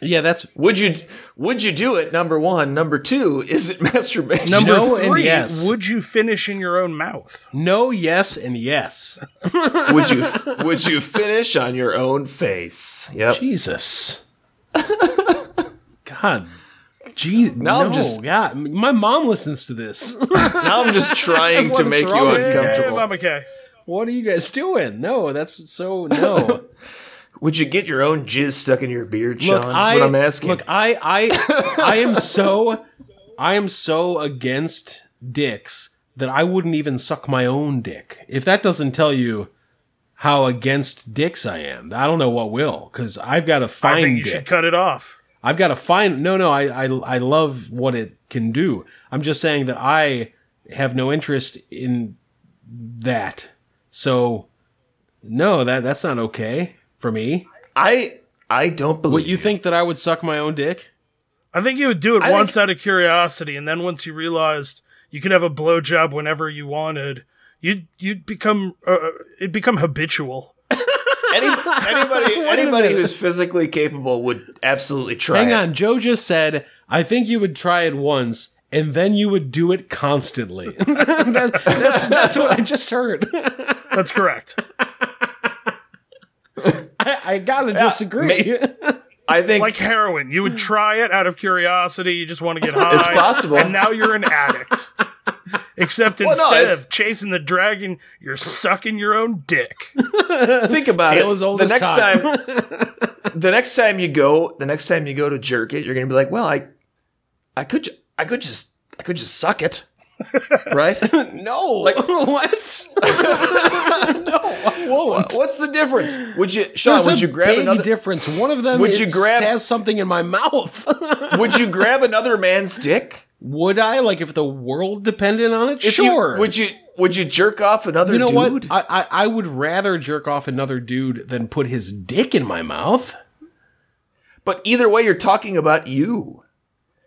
Speaker 2: yeah, that's
Speaker 3: Would you would you do it? Number one. Number two. Is it *laughs* masturbation?
Speaker 2: Number- No and
Speaker 1: Three,
Speaker 2: yes.
Speaker 1: would you finish in your own mouth?
Speaker 2: no, yes, and yes.
Speaker 3: would you would you finish on your own face? Yep.
Speaker 2: Jesus. *laughs* God. Jeez,
Speaker 3: Now
Speaker 2: no,
Speaker 3: I'm just-
Speaker 2: yeah. m- My mom listens to this.
Speaker 3: Now I'm just trying to
Speaker 2: What's
Speaker 3: make you
Speaker 2: wrong with you?
Speaker 1: Hey,
Speaker 3: uncomfortable.
Speaker 1: Mama Kay.
Speaker 2: what are you guys doing? No, that's so
Speaker 3: *laughs*
Speaker 2: no.
Speaker 3: Would you get your own jizz stuck in your beard, Sean?
Speaker 2: look,
Speaker 3: That's
Speaker 2: I
Speaker 3: what I'm asking.
Speaker 2: look, I, I, I am so, I am so against dicks that I wouldn't even suck my own dick. If that doesn't tell you how against dicks I am, I don't know what will. Because I've got to
Speaker 1: I think
Speaker 2: find
Speaker 1: you
Speaker 2: dick.
Speaker 1: should cut it off.
Speaker 2: I've got to find. No, no, I, I, I love what it can do. I'm just saying that I have no interest in that. So, no, that that's not okay for me.
Speaker 3: I I don't believe
Speaker 2: But you think that I would suck my own dick?
Speaker 1: I think you would do it
Speaker 3: I
Speaker 1: once
Speaker 3: think-
Speaker 1: out of curiosity, and then once you realized you could have a blowjob whenever you wanted, you'd you'd become uh, it become habitual.
Speaker 2: *laughs*
Speaker 3: Any, anybody anybody who's physically capable would absolutely try.
Speaker 2: Hang
Speaker 3: it.
Speaker 2: on, Joe just said I think you would try it once. And then you would do it constantly. *laughs* That- that's, that's what I just heard. *laughs*
Speaker 1: That's correct.
Speaker 2: I, I gotta disagree.
Speaker 3: *laughs*
Speaker 2: *laughs*
Speaker 3: I think
Speaker 1: like heroin, you would try it out of curiosity. You just want to get high.
Speaker 3: It's possible.
Speaker 1: And now you're an addict. Except
Speaker 3: no,
Speaker 1: instead
Speaker 3: it's-
Speaker 1: of chasing the dragon, you're sucking your own dick.
Speaker 3: think about it.
Speaker 2: Tale as old
Speaker 3: the
Speaker 2: as
Speaker 3: next
Speaker 2: time.
Speaker 3: the next time you go, the next time you go to jerk it, you're gonna be like, well, I, I could, ju- I could just, I could just suck
Speaker 2: *laughs*
Speaker 3: it, right?
Speaker 2: no, *laughs* what? no, I won't.
Speaker 3: What's the difference? Would you, Sean?
Speaker 2: There's
Speaker 3: would
Speaker 2: a
Speaker 3: you grab
Speaker 2: big
Speaker 3: another?
Speaker 2: difference. One of them
Speaker 3: Would
Speaker 2: is-
Speaker 3: you grab-
Speaker 2: says something in my mouth. *laughs*
Speaker 3: would you grab another man's dick?
Speaker 2: would I like if the world depended on it?
Speaker 3: If you-
Speaker 2: sure.
Speaker 3: would you? Would you jerk off another
Speaker 2: you know
Speaker 3: dude?
Speaker 2: what? I, I I would rather jerk off another dude than put his dick in my mouth.
Speaker 3: But either way, you're talking about you.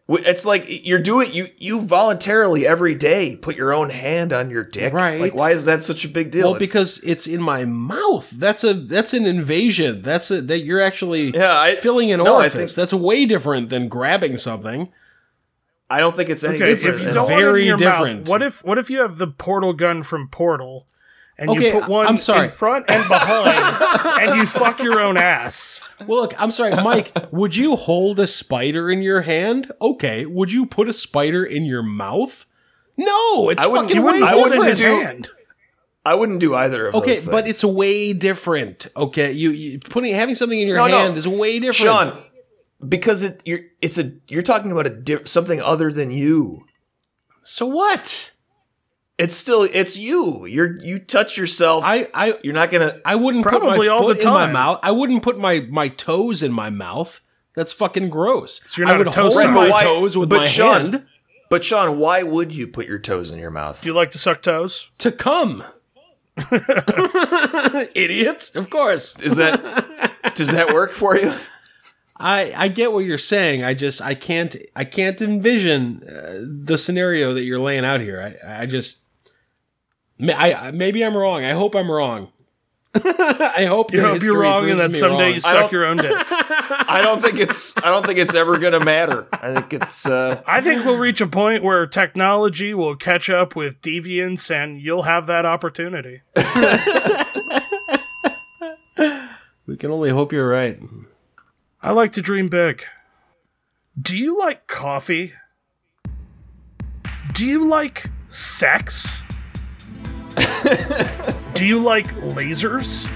Speaker 3: W- It's like you're doing you you voluntarily every day put your own hand on your dick.
Speaker 2: Right.
Speaker 3: Like why is that such a big deal?
Speaker 2: Well,
Speaker 3: It's-
Speaker 2: because it's in my mouth. That's a that's an invasion. That's a that you're actually
Speaker 3: Yeah, I-
Speaker 2: filling an
Speaker 3: no, I
Speaker 2: orifice.
Speaker 3: think-
Speaker 2: that's way different than grabbing something.
Speaker 3: I don't think it's any
Speaker 1: Okay,
Speaker 3: different.
Speaker 1: if you
Speaker 3: at
Speaker 1: don't
Speaker 3: all.
Speaker 1: want it in
Speaker 2: Very
Speaker 1: your
Speaker 2: different.
Speaker 1: mouth, what if what if you have the portal gun from Portal, and
Speaker 2: Okay,
Speaker 1: you put one
Speaker 2: I'm sorry.
Speaker 1: in front and behind, and you fuck your own ass?
Speaker 2: Well, look, I'm sorry,
Speaker 3: *laughs*
Speaker 2: Mike. would you hold a spider in your hand? Okay. Would you put a spider in your mouth? No, it's
Speaker 3: I wouldn't-
Speaker 2: fucking
Speaker 3: you
Speaker 2: way
Speaker 3: wouldn't- I
Speaker 1: Hold it in
Speaker 2: different.
Speaker 1: his
Speaker 3: do-
Speaker 1: hand.
Speaker 3: I wouldn't do either of
Speaker 2: Okay,
Speaker 3: those.
Speaker 2: but
Speaker 3: things.
Speaker 2: it's way different. Okay, you, you putting having something in your
Speaker 3: No, no.
Speaker 2: hand is way different.
Speaker 3: Sean because it you're it's a you're talking about a di- something other than you.
Speaker 2: so what?
Speaker 3: It's still it's you. You're you touch yourself.
Speaker 2: I I
Speaker 3: you're not gonna.
Speaker 2: I wouldn't put
Speaker 1: Probably
Speaker 2: my
Speaker 1: all
Speaker 2: foot
Speaker 1: the
Speaker 2: in my
Speaker 1: time.
Speaker 2: mouth. I wouldn't put my my toes in my mouth. That's fucking gross.
Speaker 1: you're not
Speaker 2: I would
Speaker 1: a toe
Speaker 2: hold
Speaker 1: sucker.
Speaker 2: my
Speaker 3: But why-
Speaker 2: toes with
Speaker 3: but
Speaker 2: my
Speaker 3: Sean-
Speaker 2: hand
Speaker 3: But Sean, why would you put your toes in your mouth?
Speaker 1: Do you like to suck toes?
Speaker 2: to
Speaker 3: *laughs*
Speaker 2: come. *laughs* Idiot. Of course.
Speaker 3: Is that does that work for you?
Speaker 2: I I get what you're saying. I just I can't I can't envision uh, the scenario that you're laying out here. I I just ma- I I- maybe I'm wrong. I hope I'm wrong. *laughs* I hope
Speaker 1: You hope
Speaker 2: that
Speaker 1: you're
Speaker 2: history
Speaker 1: wrong, and
Speaker 2: proves
Speaker 1: that
Speaker 2: me
Speaker 1: someday
Speaker 2: wrong.
Speaker 1: you
Speaker 3: I
Speaker 1: suck
Speaker 3: don't-
Speaker 1: your own dick.
Speaker 3: I don't think it's I don't think it's ever gonna matter. I think it's uh
Speaker 1: I think we'll reach a point where technology will catch up with deviance, and you'll have that opportunity.
Speaker 2: we can only hope you're right.
Speaker 1: I like to dream big. Do you like coffee? Do you like sex? Do you like lasers?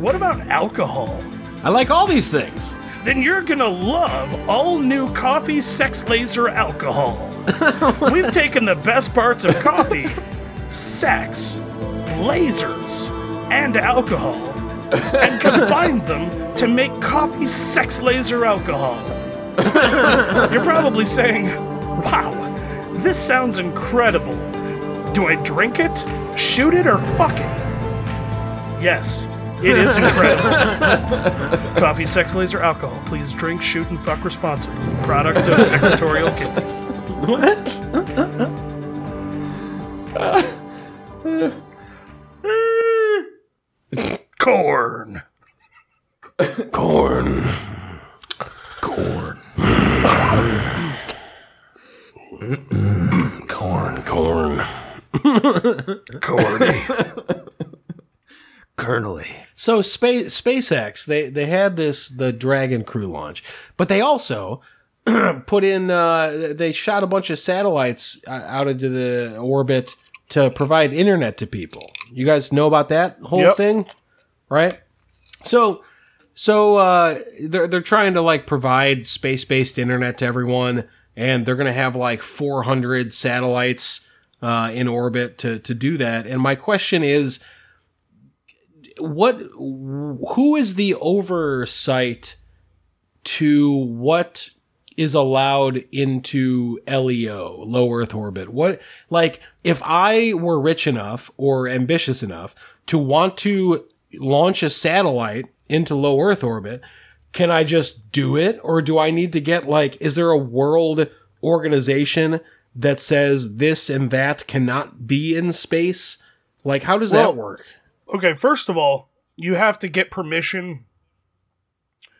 Speaker 1: what about alcohol?
Speaker 2: I like all these things.
Speaker 1: Then you're gonna love all new coffee, sex, laser, alcohol. We've taken the best parts of coffee, sex, lasers, and alcohol and combined them to make coffee, sex, laser, alcohol. You're probably saying, wow, this sounds incredible. Do I drink it, shoot it, or fuck it? Yes, it is incredible. Coffee, sex, laser, alcohol. Please drink, shoot, and fuck responsibly. Product of *laughs* Equatorial Guinea.
Speaker 2: What?
Speaker 1: Corn.
Speaker 2: Corn.
Speaker 3: Corn.
Speaker 2: Corn. Corn.
Speaker 1: Corny.
Speaker 3: Kernely.
Speaker 2: So space SpaceX they they had this the Dragon crew launch, but they also *clears throat* put in uh, they shot a bunch of satellites uh, out into the orbit to provide internet to people. You guys know about that whole
Speaker 1: Yep.
Speaker 2: thing, right? So so uh, they're they're trying to like provide space based internet to everyone, and they're gonna have like 400 satellites uh, in orbit to to do that. And my question is what who is the oversight to what is allowed into LEO, low Earth orbit? What, like, if I were rich enough or ambitious enough to want to launch a satellite into low Earth orbit, can I just do it? Or do I need to get, like, is there a world organization that says this and that cannot be in space? Like, how does
Speaker 1: Well,
Speaker 2: that work?
Speaker 1: Okay, first of all, you have to get permission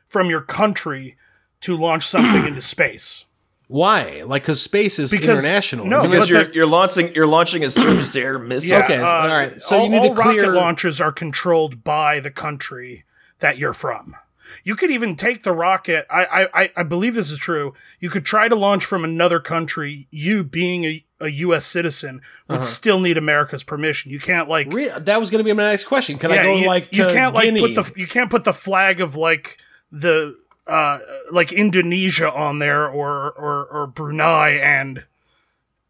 Speaker 1: from your country to launch
Speaker 2: *clears throat*
Speaker 1: something into space.
Speaker 2: Why? Like, because space is
Speaker 1: Because-
Speaker 2: international.
Speaker 1: no,
Speaker 2: isn't it?
Speaker 1: But
Speaker 3: Because you're
Speaker 1: that-
Speaker 3: you're launching you're launching a surface to air missile.
Speaker 2: Okay, so- all right, so
Speaker 1: Uh, all,
Speaker 2: you need
Speaker 1: all
Speaker 2: to clear-
Speaker 1: rocket launches are controlled by the country that you're from. You could even take the rocket. I, I, I- I believe this is true. You could try to launch from another country. You being a, a U.S. citizen would
Speaker 2: Uh-huh.
Speaker 1: still need America's permission. You can't like
Speaker 2: Re- that was going to be my next question. Can I
Speaker 1: Yeah,
Speaker 2: go
Speaker 1: you,
Speaker 2: like to
Speaker 1: you can't
Speaker 2: Guinea?
Speaker 1: like put the you can't put the flag of like the uh like Indonesia on there or or or Brunei and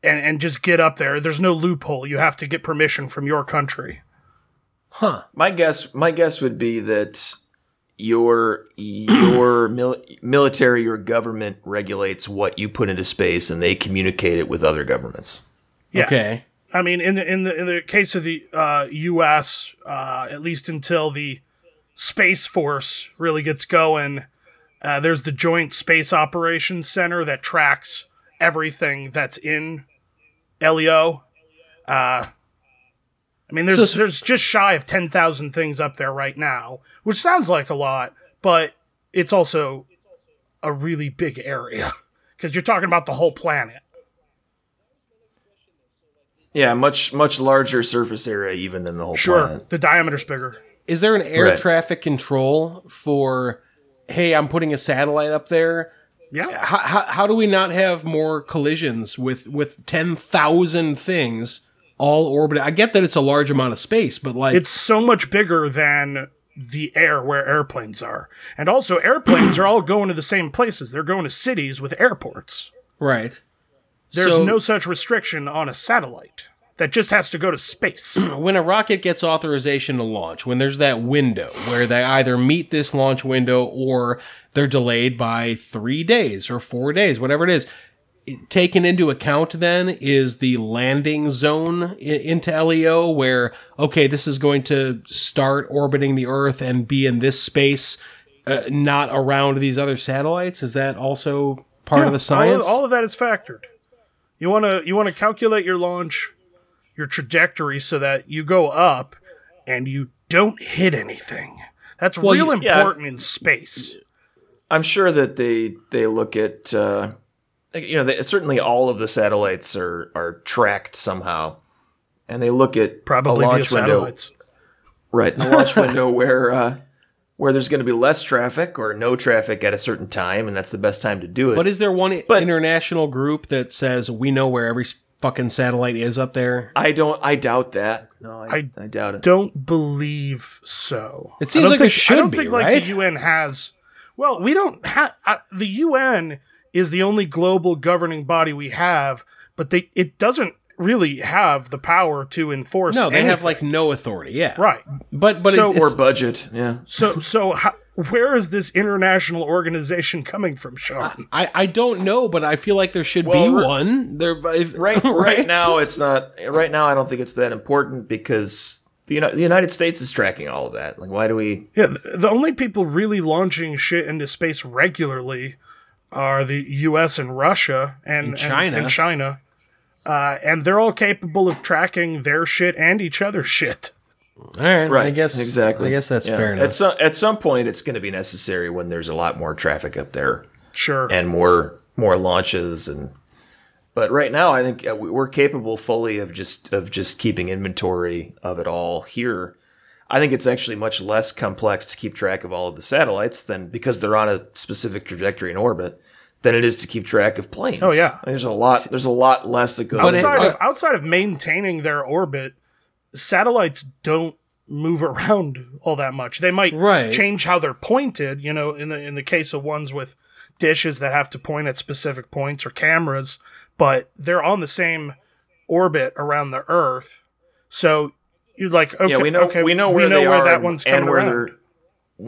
Speaker 1: and and just get up there. There's no loophole. You have to get permission from your country.
Speaker 2: huh?
Speaker 3: My guess my guess would be that your *clears throat* your mil- military your government regulates what you put into space and they communicate it with other governments.
Speaker 1: Yeah.
Speaker 2: Okay.
Speaker 1: I mean, in the in the in the case of the uh, U.S., uh, at least until the Space Force really gets going, uh, there's the Joint Space Operations Center that tracks everything that's in LEO. Uh, I mean, there's
Speaker 2: So-
Speaker 1: there's just shy of ten thousand things up there right now, which sounds like a lot, but it's also a really big area *laughs* because you're talking about the whole planet.
Speaker 3: Yeah, much much larger surface area even than the whole
Speaker 1: Sure,
Speaker 3: planet.
Speaker 1: the diameter's bigger.
Speaker 2: Is there an air
Speaker 3: Right.
Speaker 2: traffic control for? Hey, I'm putting a satellite up there.
Speaker 1: Yeah.
Speaker 2: How, how, how do we not have more collisions with with ten thousand things all orbiting? I get that it's a large amount of space, but like
Speaker 1: it's so much bigger than the air where airplanes are. And also airplanes are all going to the same places. They're going to cities with airports.
Speaker 2: right.
Speaker 1: There's
Speaker 2: So-
Speaker 1: no such restriction on a satellite. That just has to go to space.
Speaker 2: when a rocket gets authorization to launch, when there's that window where they either meet this launch window or they're delayed by three days or four days, whatever it is, it- taken into account then is the landing zone i- into LEO where, okay, this is going to start orbiting the Earth and be in this space, uh, not around these other satellites. Is that also part of *clears throat* the science?
Speaker 1: All, all of that is factored. You want to you want to calculate your launch, your trajectory so that you go up and you don't hit anything. That's real
Speaker 2: you-
Speaker 3: yeah.
Speaker 1: important in space.
Speaker 3: I'm sure that they they look at uh, like, you know they, certainly all of the satellites are are tracked somehow, and they look at
Speaker 1: Probably
Speaker 3: a
Speaker 1: via
Speaker 3: launch window
Speaker 1: satellites.
Speaker 3: right a *laughs* launch window where uh, where there's going to be less traffic or no traffic at a certain time, and that's the best time to do it.
Speaker 2: But is there one
Speaker 3: But-
Speaker 2: international group that says we know where every s- fucking satellite is up there?
Speaker 3: I don't I doubt that. No, I,
Speaker 1: I
Speaker 3: I, doubt it.
Speaker 1: don't believe so.
Speaker 2: It
Speaker 1: I
Speaker 2: seems
Speaker 1: don't
Speaker 2: like there
Speaker 1: think,
Speaker 2: should
Speaker 1: I don't
Speaker 2: be,
Speaker 1: think
Speaker 2: right?
Speaker 1: like the UN has. Well, we don't have uh, the UN is the only global governing body we have, but they it doesn't really have the power to enforce.
Speaker 2: No, they have
Speaker 1: anything.
Speaker 2: like no authority. Yeah,
Speaker 1: right.
Speaker 2: But but
Speaker 1: So-
Speaker 2: it, it's,
Speaker 3: Or budget, yeah.
Speaker 1: So so how, where is this international organization coming from, Sean?
Speaker 2: I, I don't know, but I feel like there should
Speaker 3: Well,
Speaker 2: be
Speaker 3: r-
Speaker 2: one. There, right, *laughs*
Speaker 3: *laughs* right, right now it's not right now i don't think it's that important because the, Uni- the united states is tracking all of that like why do we
Speaker 1: Yeah, th- the only people really launching shit into space regularly are the U.S. and Russia and and-
Speaker 2: China.
Speaker 1: and, China, uh, and they're all capable of tracking their shit and each other's *laughs* shit.
Speaker 2: All right,
Speaker 3: right
Speaker 2: I guess
Speaker 3: exactly
Speaker 2: I guess that's
Speaker 3: Yeah.
Speaker 2: fair enough.
Speaker 3: at some, at some point it's going to be necessary when there's a lot more traffic up there
Speaker 1: Sure.
Speaker 3: and more more launches and but right now i think uh, we- we're capable fully of just of just keeping inventory of it all here i think it's actually much less complex to keep track of all of the satellites than because they're on a specific trajectory in orbit than it is to keep track of planes
Speaker 1: Oh, yeah.
Speaker 3: there's a lot there's a lot less that goes
Speaker 2: it-
Speaker 3: in.
Speaker 1: outside
Speaker 2: uh,
Speaker 1: of outside of maintaining their orbit, satellites don't move *laughs* around all that much. They might
Speaker 2: Right.
Speaker 1: change how they're pointed. You know, in the in the case of ones with dishes that have to point at specific points or cameras, but they're on the same orbit around the Earth. So you're like, okay,
Speaker 3: yeah we know
Speaker 1: okay,
Speaker 3: we know where, they are
Speaker 1: that
Speaker 3: and-
Speaker 1: one's coming
Speaker 3: and where
Speaker 1: around.
Speaker 3: they're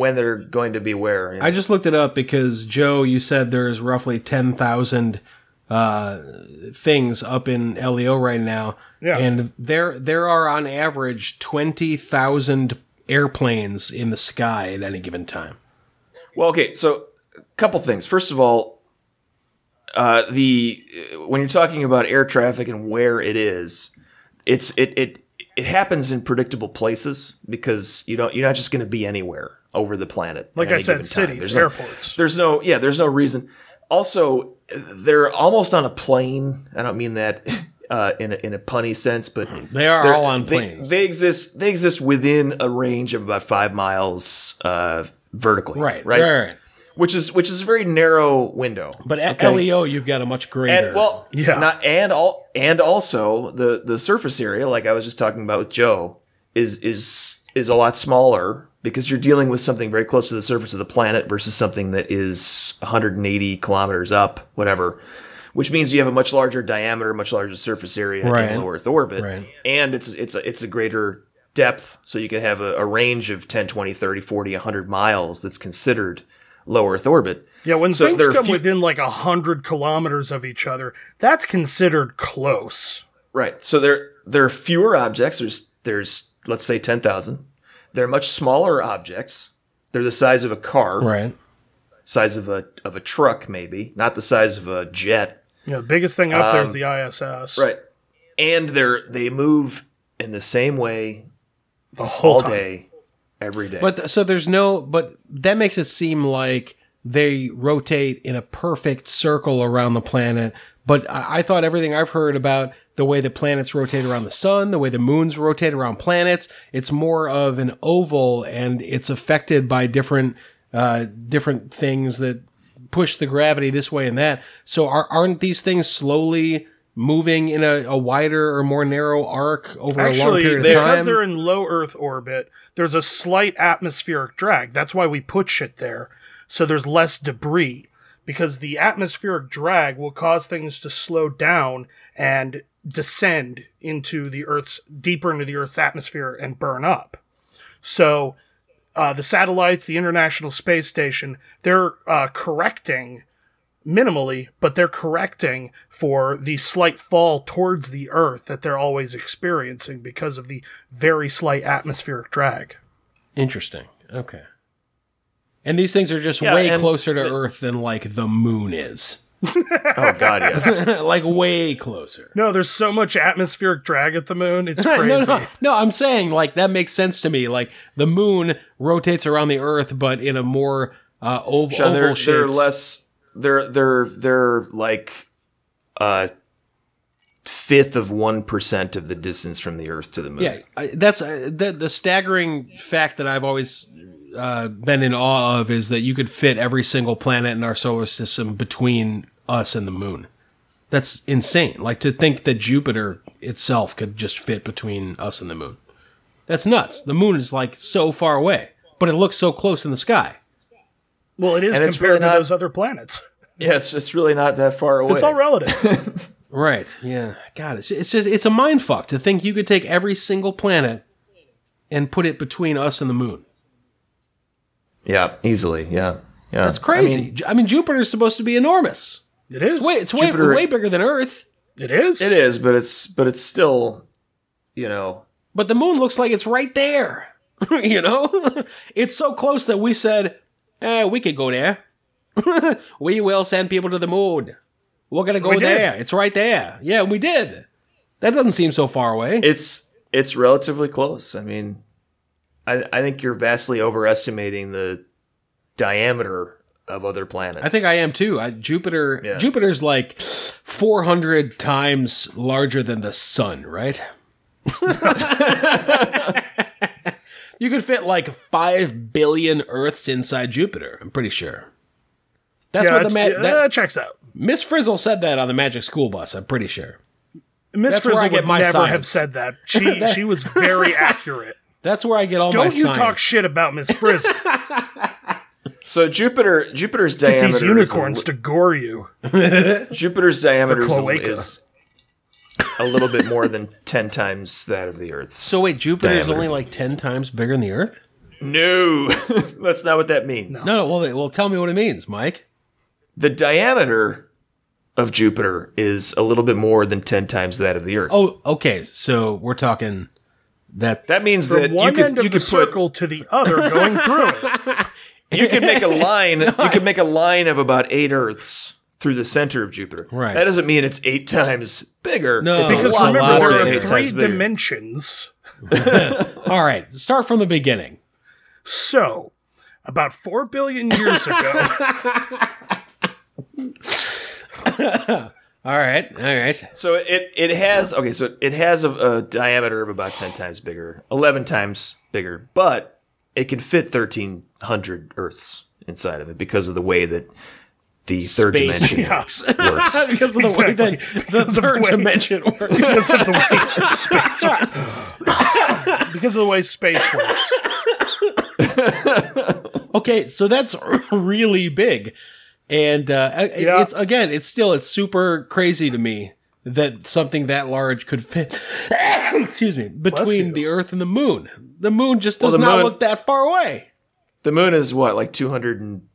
Speaker 3: when they're going to be where
Speaker 2: I just looked it up because Joe, you said there's roughly ten thousand uh, things up in LEO right now,
Speaker 1: Yeah.
Speaker 2: and there there are on average twenty thousand airplanes in the sky at any given time.
Speaker 3: Well, okay, so a couple things. First of all, uh, the when you're talking about air traffic and where it is, it's it it it happens in predictable places because you don't you're not just going to be anywhere over the planet. at
Speaker 1: Like I
Speaker 3: any
Speaker 1: said,
Speaker 3: given time.
Speaker 1: cities,
Speaker 3: There's
Speaker 1: airports.
Speaker 3: No, there's no yeah, there's no reason. Also, they're almost on a plane. I don't mean that *laughs* uh, in a, in a punny sense, but
Speaker 2: Hmm. They are
Speaker 3: they're-
Speaker 2: all on
Speaker 3: they-
Speaker 2: planes.
Speaker 3: They, exist. They exist within a range of about five miles uh, vertically.
Speaker 2: right,
Speaker 3: Right.
Speaker 2: right,
Speaker 3: Which is which is a very narrow window.
Speaker 2: But at
Speaker 3: Okay?
Speaker 2: LEO, you've got a much greater.
Speaker 3: and well,
Speaker 1: Yeah.
Speaker 3: yeah. Not, and all and also the the surface area, like I was just talking about with Joe, is is is a lot smaller because you're dealing with something very close to the surface of the planet versus something that is 180 kilometers up, whatever. Which means you have a much larger diameter, much larger surface area
Speaker 2: Right.
Speaker 3: in low Earth orbit,
Speaker 2: Right.
Speaker 3: and it's it's a, it's a greater depth, so you can have a, a range of 10, 20, 30, 40, 100 miles that's considered low Earth orbit.
Speaker 1: Yeah, when
Speaker 3: So
Speaker 1: things
Speaker 3: there are a
Speaker 1: come
Speaker 3: few-
Speaker 1: within like a hundred kilometers of each other, that's considered close.
Speaker 3: Right. So there there are fewer objects. There's there's let's say ten thousand. They're much smaller objects. They're the size of a car,
Speaker 2: right.
Speaker 3: size of a of a truck, maybe not the size of a jet.
Speaker 1: You know, the biggest thing up there is the ISS.
Speaker 3: Um, Right. And they're they move in the same way
Speaker 1: The whole
Speaker 3: all
Speaker 1: time.
Speaker 3: day, every day.
Speaker 2: But th- so there's no, but that makes it seem like they rotate in a perfect circle around the planet. But I, I thought everything I've heard about the way the planets rotate around the sun, the way the moons rotate around planets, it's more of an oval and it's affected by different, uh, different things that push the gravity this way and that. So are, aren't these things slowly moving in a, a wider or more narrow arc over a long
Speaker 1: Actually,
Speaker 2: period of
Speaker 1: because
Speaker 2: time?
Speaker 1: they're in low Earth orbit, there's a slight atmospheric drag. That's why we put shit there. So there's less debris because the atmospheric drag will cause things to slow down and descend into the Earth's deeper into the Earth's atmosphere and burn up. So uh, the satellites, the International Space Station, they're uh, correcting minimally, but they're correcting for the slight fall towards the Earth that they're always experiencing because of the very slight atmospheric drag.
Speaker 2: Interesting. Okay. And these things are just
Speaker 3: Yeah,
Speaker 2: way
Speaker 3: and
Speaker 2: closer to Earth than like the moon
Speaker 3: *laughs*
Speaker 2: is.
Speaker 3: oh
Speaker 2: *laughs*
Speaker 3: god, yes.
Speaker 2: like way closer.
Speaker 1: No, there's so much atmospheric drag at the moon. It's crazy.
Speaker 2: No, no, no, I'm saying like that makes sense to me. Like the moon rotates around the Earth, but in a more uh, ov-
Speaker 3: Sean,
Speaker 2: oval
Speaker 3: they're,
Speaker 2: shape.
Speaker 3: they're less. They're they're they're like a fifth of one percent of the distance from the Earth to the moon.
Speaker 2: Yeah, I, that's uh, the the staggering fact that I've always uh, been in awe of is that you could fit every single planet in our solar system between us and the moon. That's insane. Like to think that Jupiter itself could just fit between us and the moon. That's nuts. The moon is like so far away, but it looks so close in the sky.
Speaker 1: Well, it is
Speaker 3: And
Speaker 1: compared
Speaker 3: it's really
Speaker 1: to
Speaker 3: not-
Speaker 1: those other planets.
Speaker 3: yeah. It's it's really not that far away.
Speaker 1: It's all relative.
Speaker 2: Right. Yeah. God, it's it's just it's a mind fuck to think you could take every single planet and put it between us and the moon.
Speaker 3: Yeah, easily. Yeah. Yeah.
Speaker 2: That's crazy. Ju- I mean, Jupiter's supposed to be enormous.
Speaker 1: It is.
Speaker 2: Wait, it's way,
Speaker 3: Jupiter-
Speaker 2: way bigger than Earth,
Speaker 1: it is.
Speaker 3: It is, but it's but it's still, you know,
Speaker 2: but the moon looks like it's right there. *laughs* you know? it's so close that we said, eh, we could go there. *laughs* we will send people to the moon. We're going to go
Speaker 1: We did.
Speaker 2: there. It's right there. Yeah, and we did. That doesn't seem so far away.
Speaker 3: it's it's relatively close. I mean, I I think you're vastly overestimating the diameter of other planets.
Speaker 2: I think I am too. I, Jupiter
Speaker 3: Yeah.
Speaker 2: Jupiter's like 400 times larger than the sun, right? *laughs* you could fit like 5 billion Earths inside Jupiter, I'm pretty sure. That's
Speaker 1: yeah,
Speaker 2: what the
Speaker 1: it's-
Speaker 2: ma-
Speaker 1: yeah,
Speaker 2: that,
Speaker 1: that checks out.
Speaker 2: Miss Frizzle said that on the Magic School Bus, I'm pretty sure.
Speaker 1: Miss
Speaker 2: That's where I
Speaker 1: Frizzle
Speaker 2: get
Speaker 1: would
Speaker 2: my
Speaker 1: never have
Speaker 2: science.
Speaker 1: said that. She she was very accurate.
Speaker 2: That's where I get all my
Speaker 1: Don't you
Speaker 2: science.
Speaker 1: talk shit about Miss Frizzle.
Speaker 3: so. Jupiter Jupiter's
Speaker 1: Get
Speaker 3: diameter
Speaker 1: these
Speaker 3: is a
Speaker 1: unicorns to gore you.
Speaker 3: li- Jupiter's diameter is a-
Speaker 1: cloaca.
Speaker 3: is a little bit more than *laughs* ten times that of the Earth's.
Speaker 2: so wait, Jupiter is
Speaker 3: Diameter.
Speaker 2: only like 10 times bigger than the Earth?
Speaker 3: No, *laughs* that's not what that means.
Speaker 2: No, no, well, well tell me what it means, Mike.
Speaker 3: The diameter of Jupiter is a little bit more than ten times that of the Earth.
Speaker 2: Oh, okay. So we're talking that
Speaker 3: that means that
Speaker 1: From one
Speaker 3: you could
Speaker 1: end
Speaker 3: you
Speaker 1: of the
Speaker 3: could put
Speaker 1: circle to the other, going through it.
Speaker 3: you could
Speaker 1: *laughs*
Speaker 3: make a line you could make a line of about eight Earths through the center of Jupiter.
Speaker 2: Right.
Speaker 3: That doesn't mean it's eight times bigger.
Speaker 2: No.
Speaker 3: it's a
Speaker 1: Because
Speaker 3: lot
Speaker 1: remember,
Speaker 3: more than
Speaker 1: there are
Speaker 3: eight
Speaker 1: three
Speaker 3: times bigger.
Speaker 1: dimensions.
Speaker 2: All right, start from the beginning.
Speaker 1: So, about four billion years ago,
Speaker 2: All right, all right.
Speaker 3: so it it has okay. So it has a, a diameter of about ten times bigger, eleven times bigger, but it can fit thirteen hundred Earths inside of it because of the way that the third
Speaker 2: Space
Speaker 3: dimension
Speaker 1: works.
Speaker 3: works.
Speaker 2: *laughs*
Speaker 1: *laughs*
Speaker 2: Because of the
Speaker 1: Exactly.
Speaker 2: way that *laughs* the
Speaker 1: of the
Speaker 2: third
Speaker 1: way-
Speaker 2: dimension works.
Speaker 1: because of the way space *coughs* because of the way space works.
Speaker 2: Okay, so that's *laughs* really big, and uh, I-
Speaker 1: Yeah.
Speaker 2: it's again, it's still it's super crazy to me that something that large could fit. *coughs* excuse me, between
Speaker 1: you.
Speaker 2: the Earth and the Moon. The Moon just does
Speaker 3: the
Speaker 2: not
Speaker 3: moon-
Speaker 2: look that far away.
Speaker 3: The moon is what, like 200 and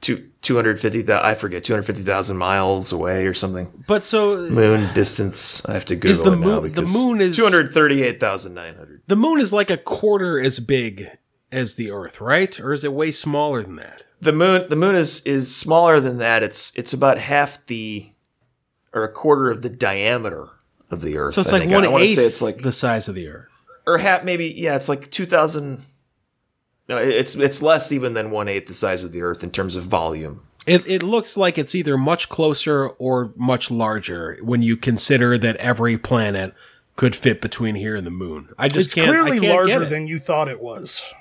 Speaker 3: two, 250,000, I forget, 250,000 miles away or something.
Speaker 2: But so
Speaker 3: Moon distance, I have to Google
Speaker 2: Is the
Speaker 3: it now
Speaker 2: moon- the
Speaker 3: because
Speaker 2: moon is-
Speaker 3: 238,900.
Speaker 2: the Moon is like a quarter as big as the Earth, right? Or is it way smaller than that?
Speaker 3: The moon, the moon is, is smaller than that. It's, it's about half the, or a quarter of the diameter of the Earth.
Speaker 2: So it's
Speaker 3: I
Speaker 2: like
Speaker 3: think. I-
Speaker 2: one
Speaker 3: I want to
Speaker 2: eighth
Speaker 3: say it's like,
Speaker 2: the size of the Earth.
Speaker 3: or half, maybe, yeah, it's like 2,000. No, it- it's, it's less even than one eighth the size of the Earth in terms of volume.
Speaker 2: It, it looks like it's either much closer or much larger when you consider that every planet could fit between here and the moon. I just
Speaker 1: It's
Speaker 2: can't. I
Speaker 1: clearly
Speaker 2: can't get
Speaker 1: larger
Speaker 2: it.
Speaker 1: than you thought it was.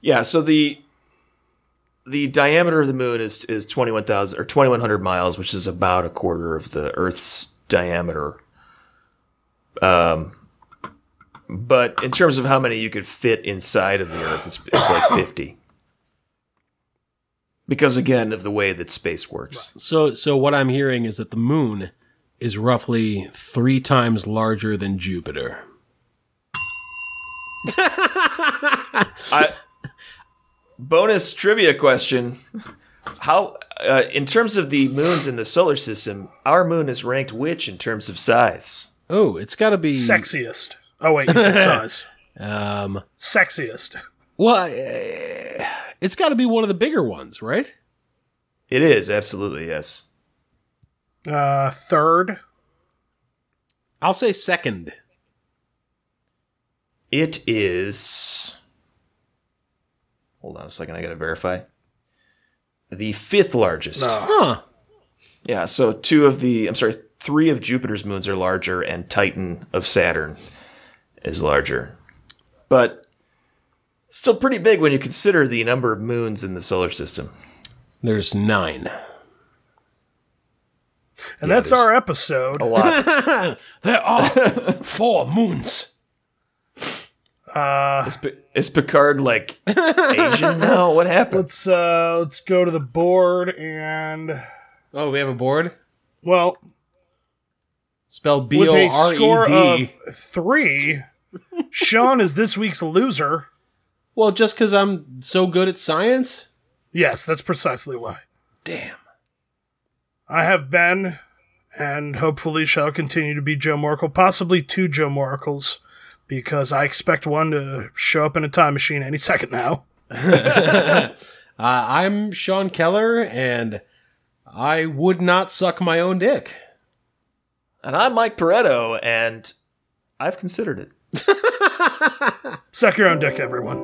Speaker 3: Yeah, so the the diameter of the moon is is 21,000 or 2100 miles, which is about a quarter of the Earth's diameter. Um but in terms of how many you could fit inside of the Earth, it's, it's like *coughs* 50. Because again of the way that space works.
Speaker 2: So so what I'm hearing is that the moon is roughly three times larger than Jupiter.
Speaker 3: I, bonus trivia question: How, uh, in terms of the moons in the solar system, our moon is ranked which in terms of size?
Speaker 2: Oh, it's got to be
Speaker 1: Sexiest. Oh wait, you
Speaker 2: *laughs*
Speaker 1: said size.
Speaker 2: um.
Speaker 1: Sexiest.
Speaker 2: Well, eh, it's got to be one of the bigger ones, right?
Speaker 3: It is absolutely yes.
Speaker 1: Uh, third.
Speaker 2: I'll say second.
Speaker 3: It is. Hold on a second. I gotta verify. The fifth largest.
Speaker 2: Huh.
Speaker 3: Yeah. So two of the. I'm sorry. Three of Jupiter's moons are larger, and Titan of Saturn is larger, but still pretty big when you consider the number of moons in the solar system.
Speaker 2: There's nine.
Speaker 1: And that's our episode.
Speaker 3: A lot.
Speaker 1: *laughs*
Speaker 2: There are four moons.
Speaker 3: *laughs* is, Pi- is Picard like Asian now? What happened?
Speaker 1: Let's uh, let's go to the board and
Speaker 2: Oh, we have a board.
Speaker 1: well,
Speaker 2: Spelled B
Speaker 1: with
Speaker 2: O
Speaker 1: a
Speaker 2: R
Speaker 1: score
Speaker 2: E D.
Speaker 1: of three, Sean is this week's loser.
Speaker 2: Well, just because I'm so good at science?
Speaker 1: Yes, that's precisely why.
Speaker 2: Damn.
Speaker 1: I have been, and hopefully shall continue to be Joe Moracle, possibly two Joe Moracles, because I expect one to show up in a time machine any second now.
Speaker 2: Uh, I'm Sean Keller, and I would not suck my own dick.
Speaker 3: And I'm Mike Pareto, and I've considered it.
Speaker 1: Suck your own dick, everyone.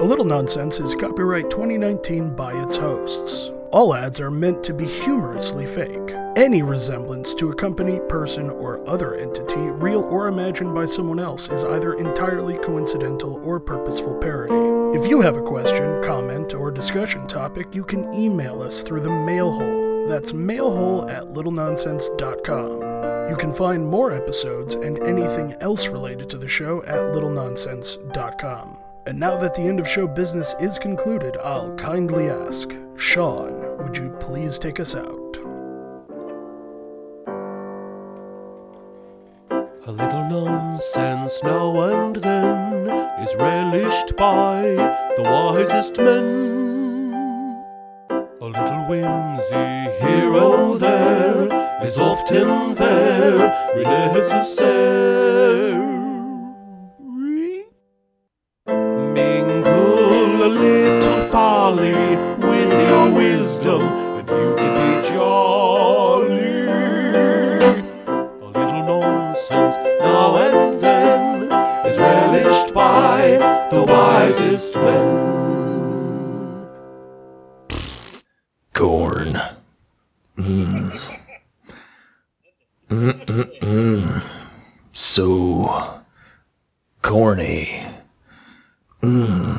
Speaker 1: A Little Nonsense is copyright 2019 by its hosts. All ads are meant to be humorously fake. Any resemblance to a company, person, or other entity, real or imagined by someone else, is either entirely coincidental or purposeful parody. If you have a question, comment, or discussion topic, you can email us through the mail hole. That's mailhole at littlenonsense.com. You can find more episodes and anything else related to the show at littlenonsense.com. And now that the end of show business is concluded, I'll kindly ask Sean, would you please take us out?
Speaker 4: A little nonsense now and then is relished by the wisest men. A little whimsy here or there is often very necessary. Mingle a little folly with your wisdom, and you can be jolly. A little nonsense now and then is relished by the wisest men.
Speaker 3: Corn. Mm. Mm-mm-mm. Mm, So corny. Mm.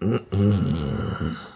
Speaker 3: Mm-mm.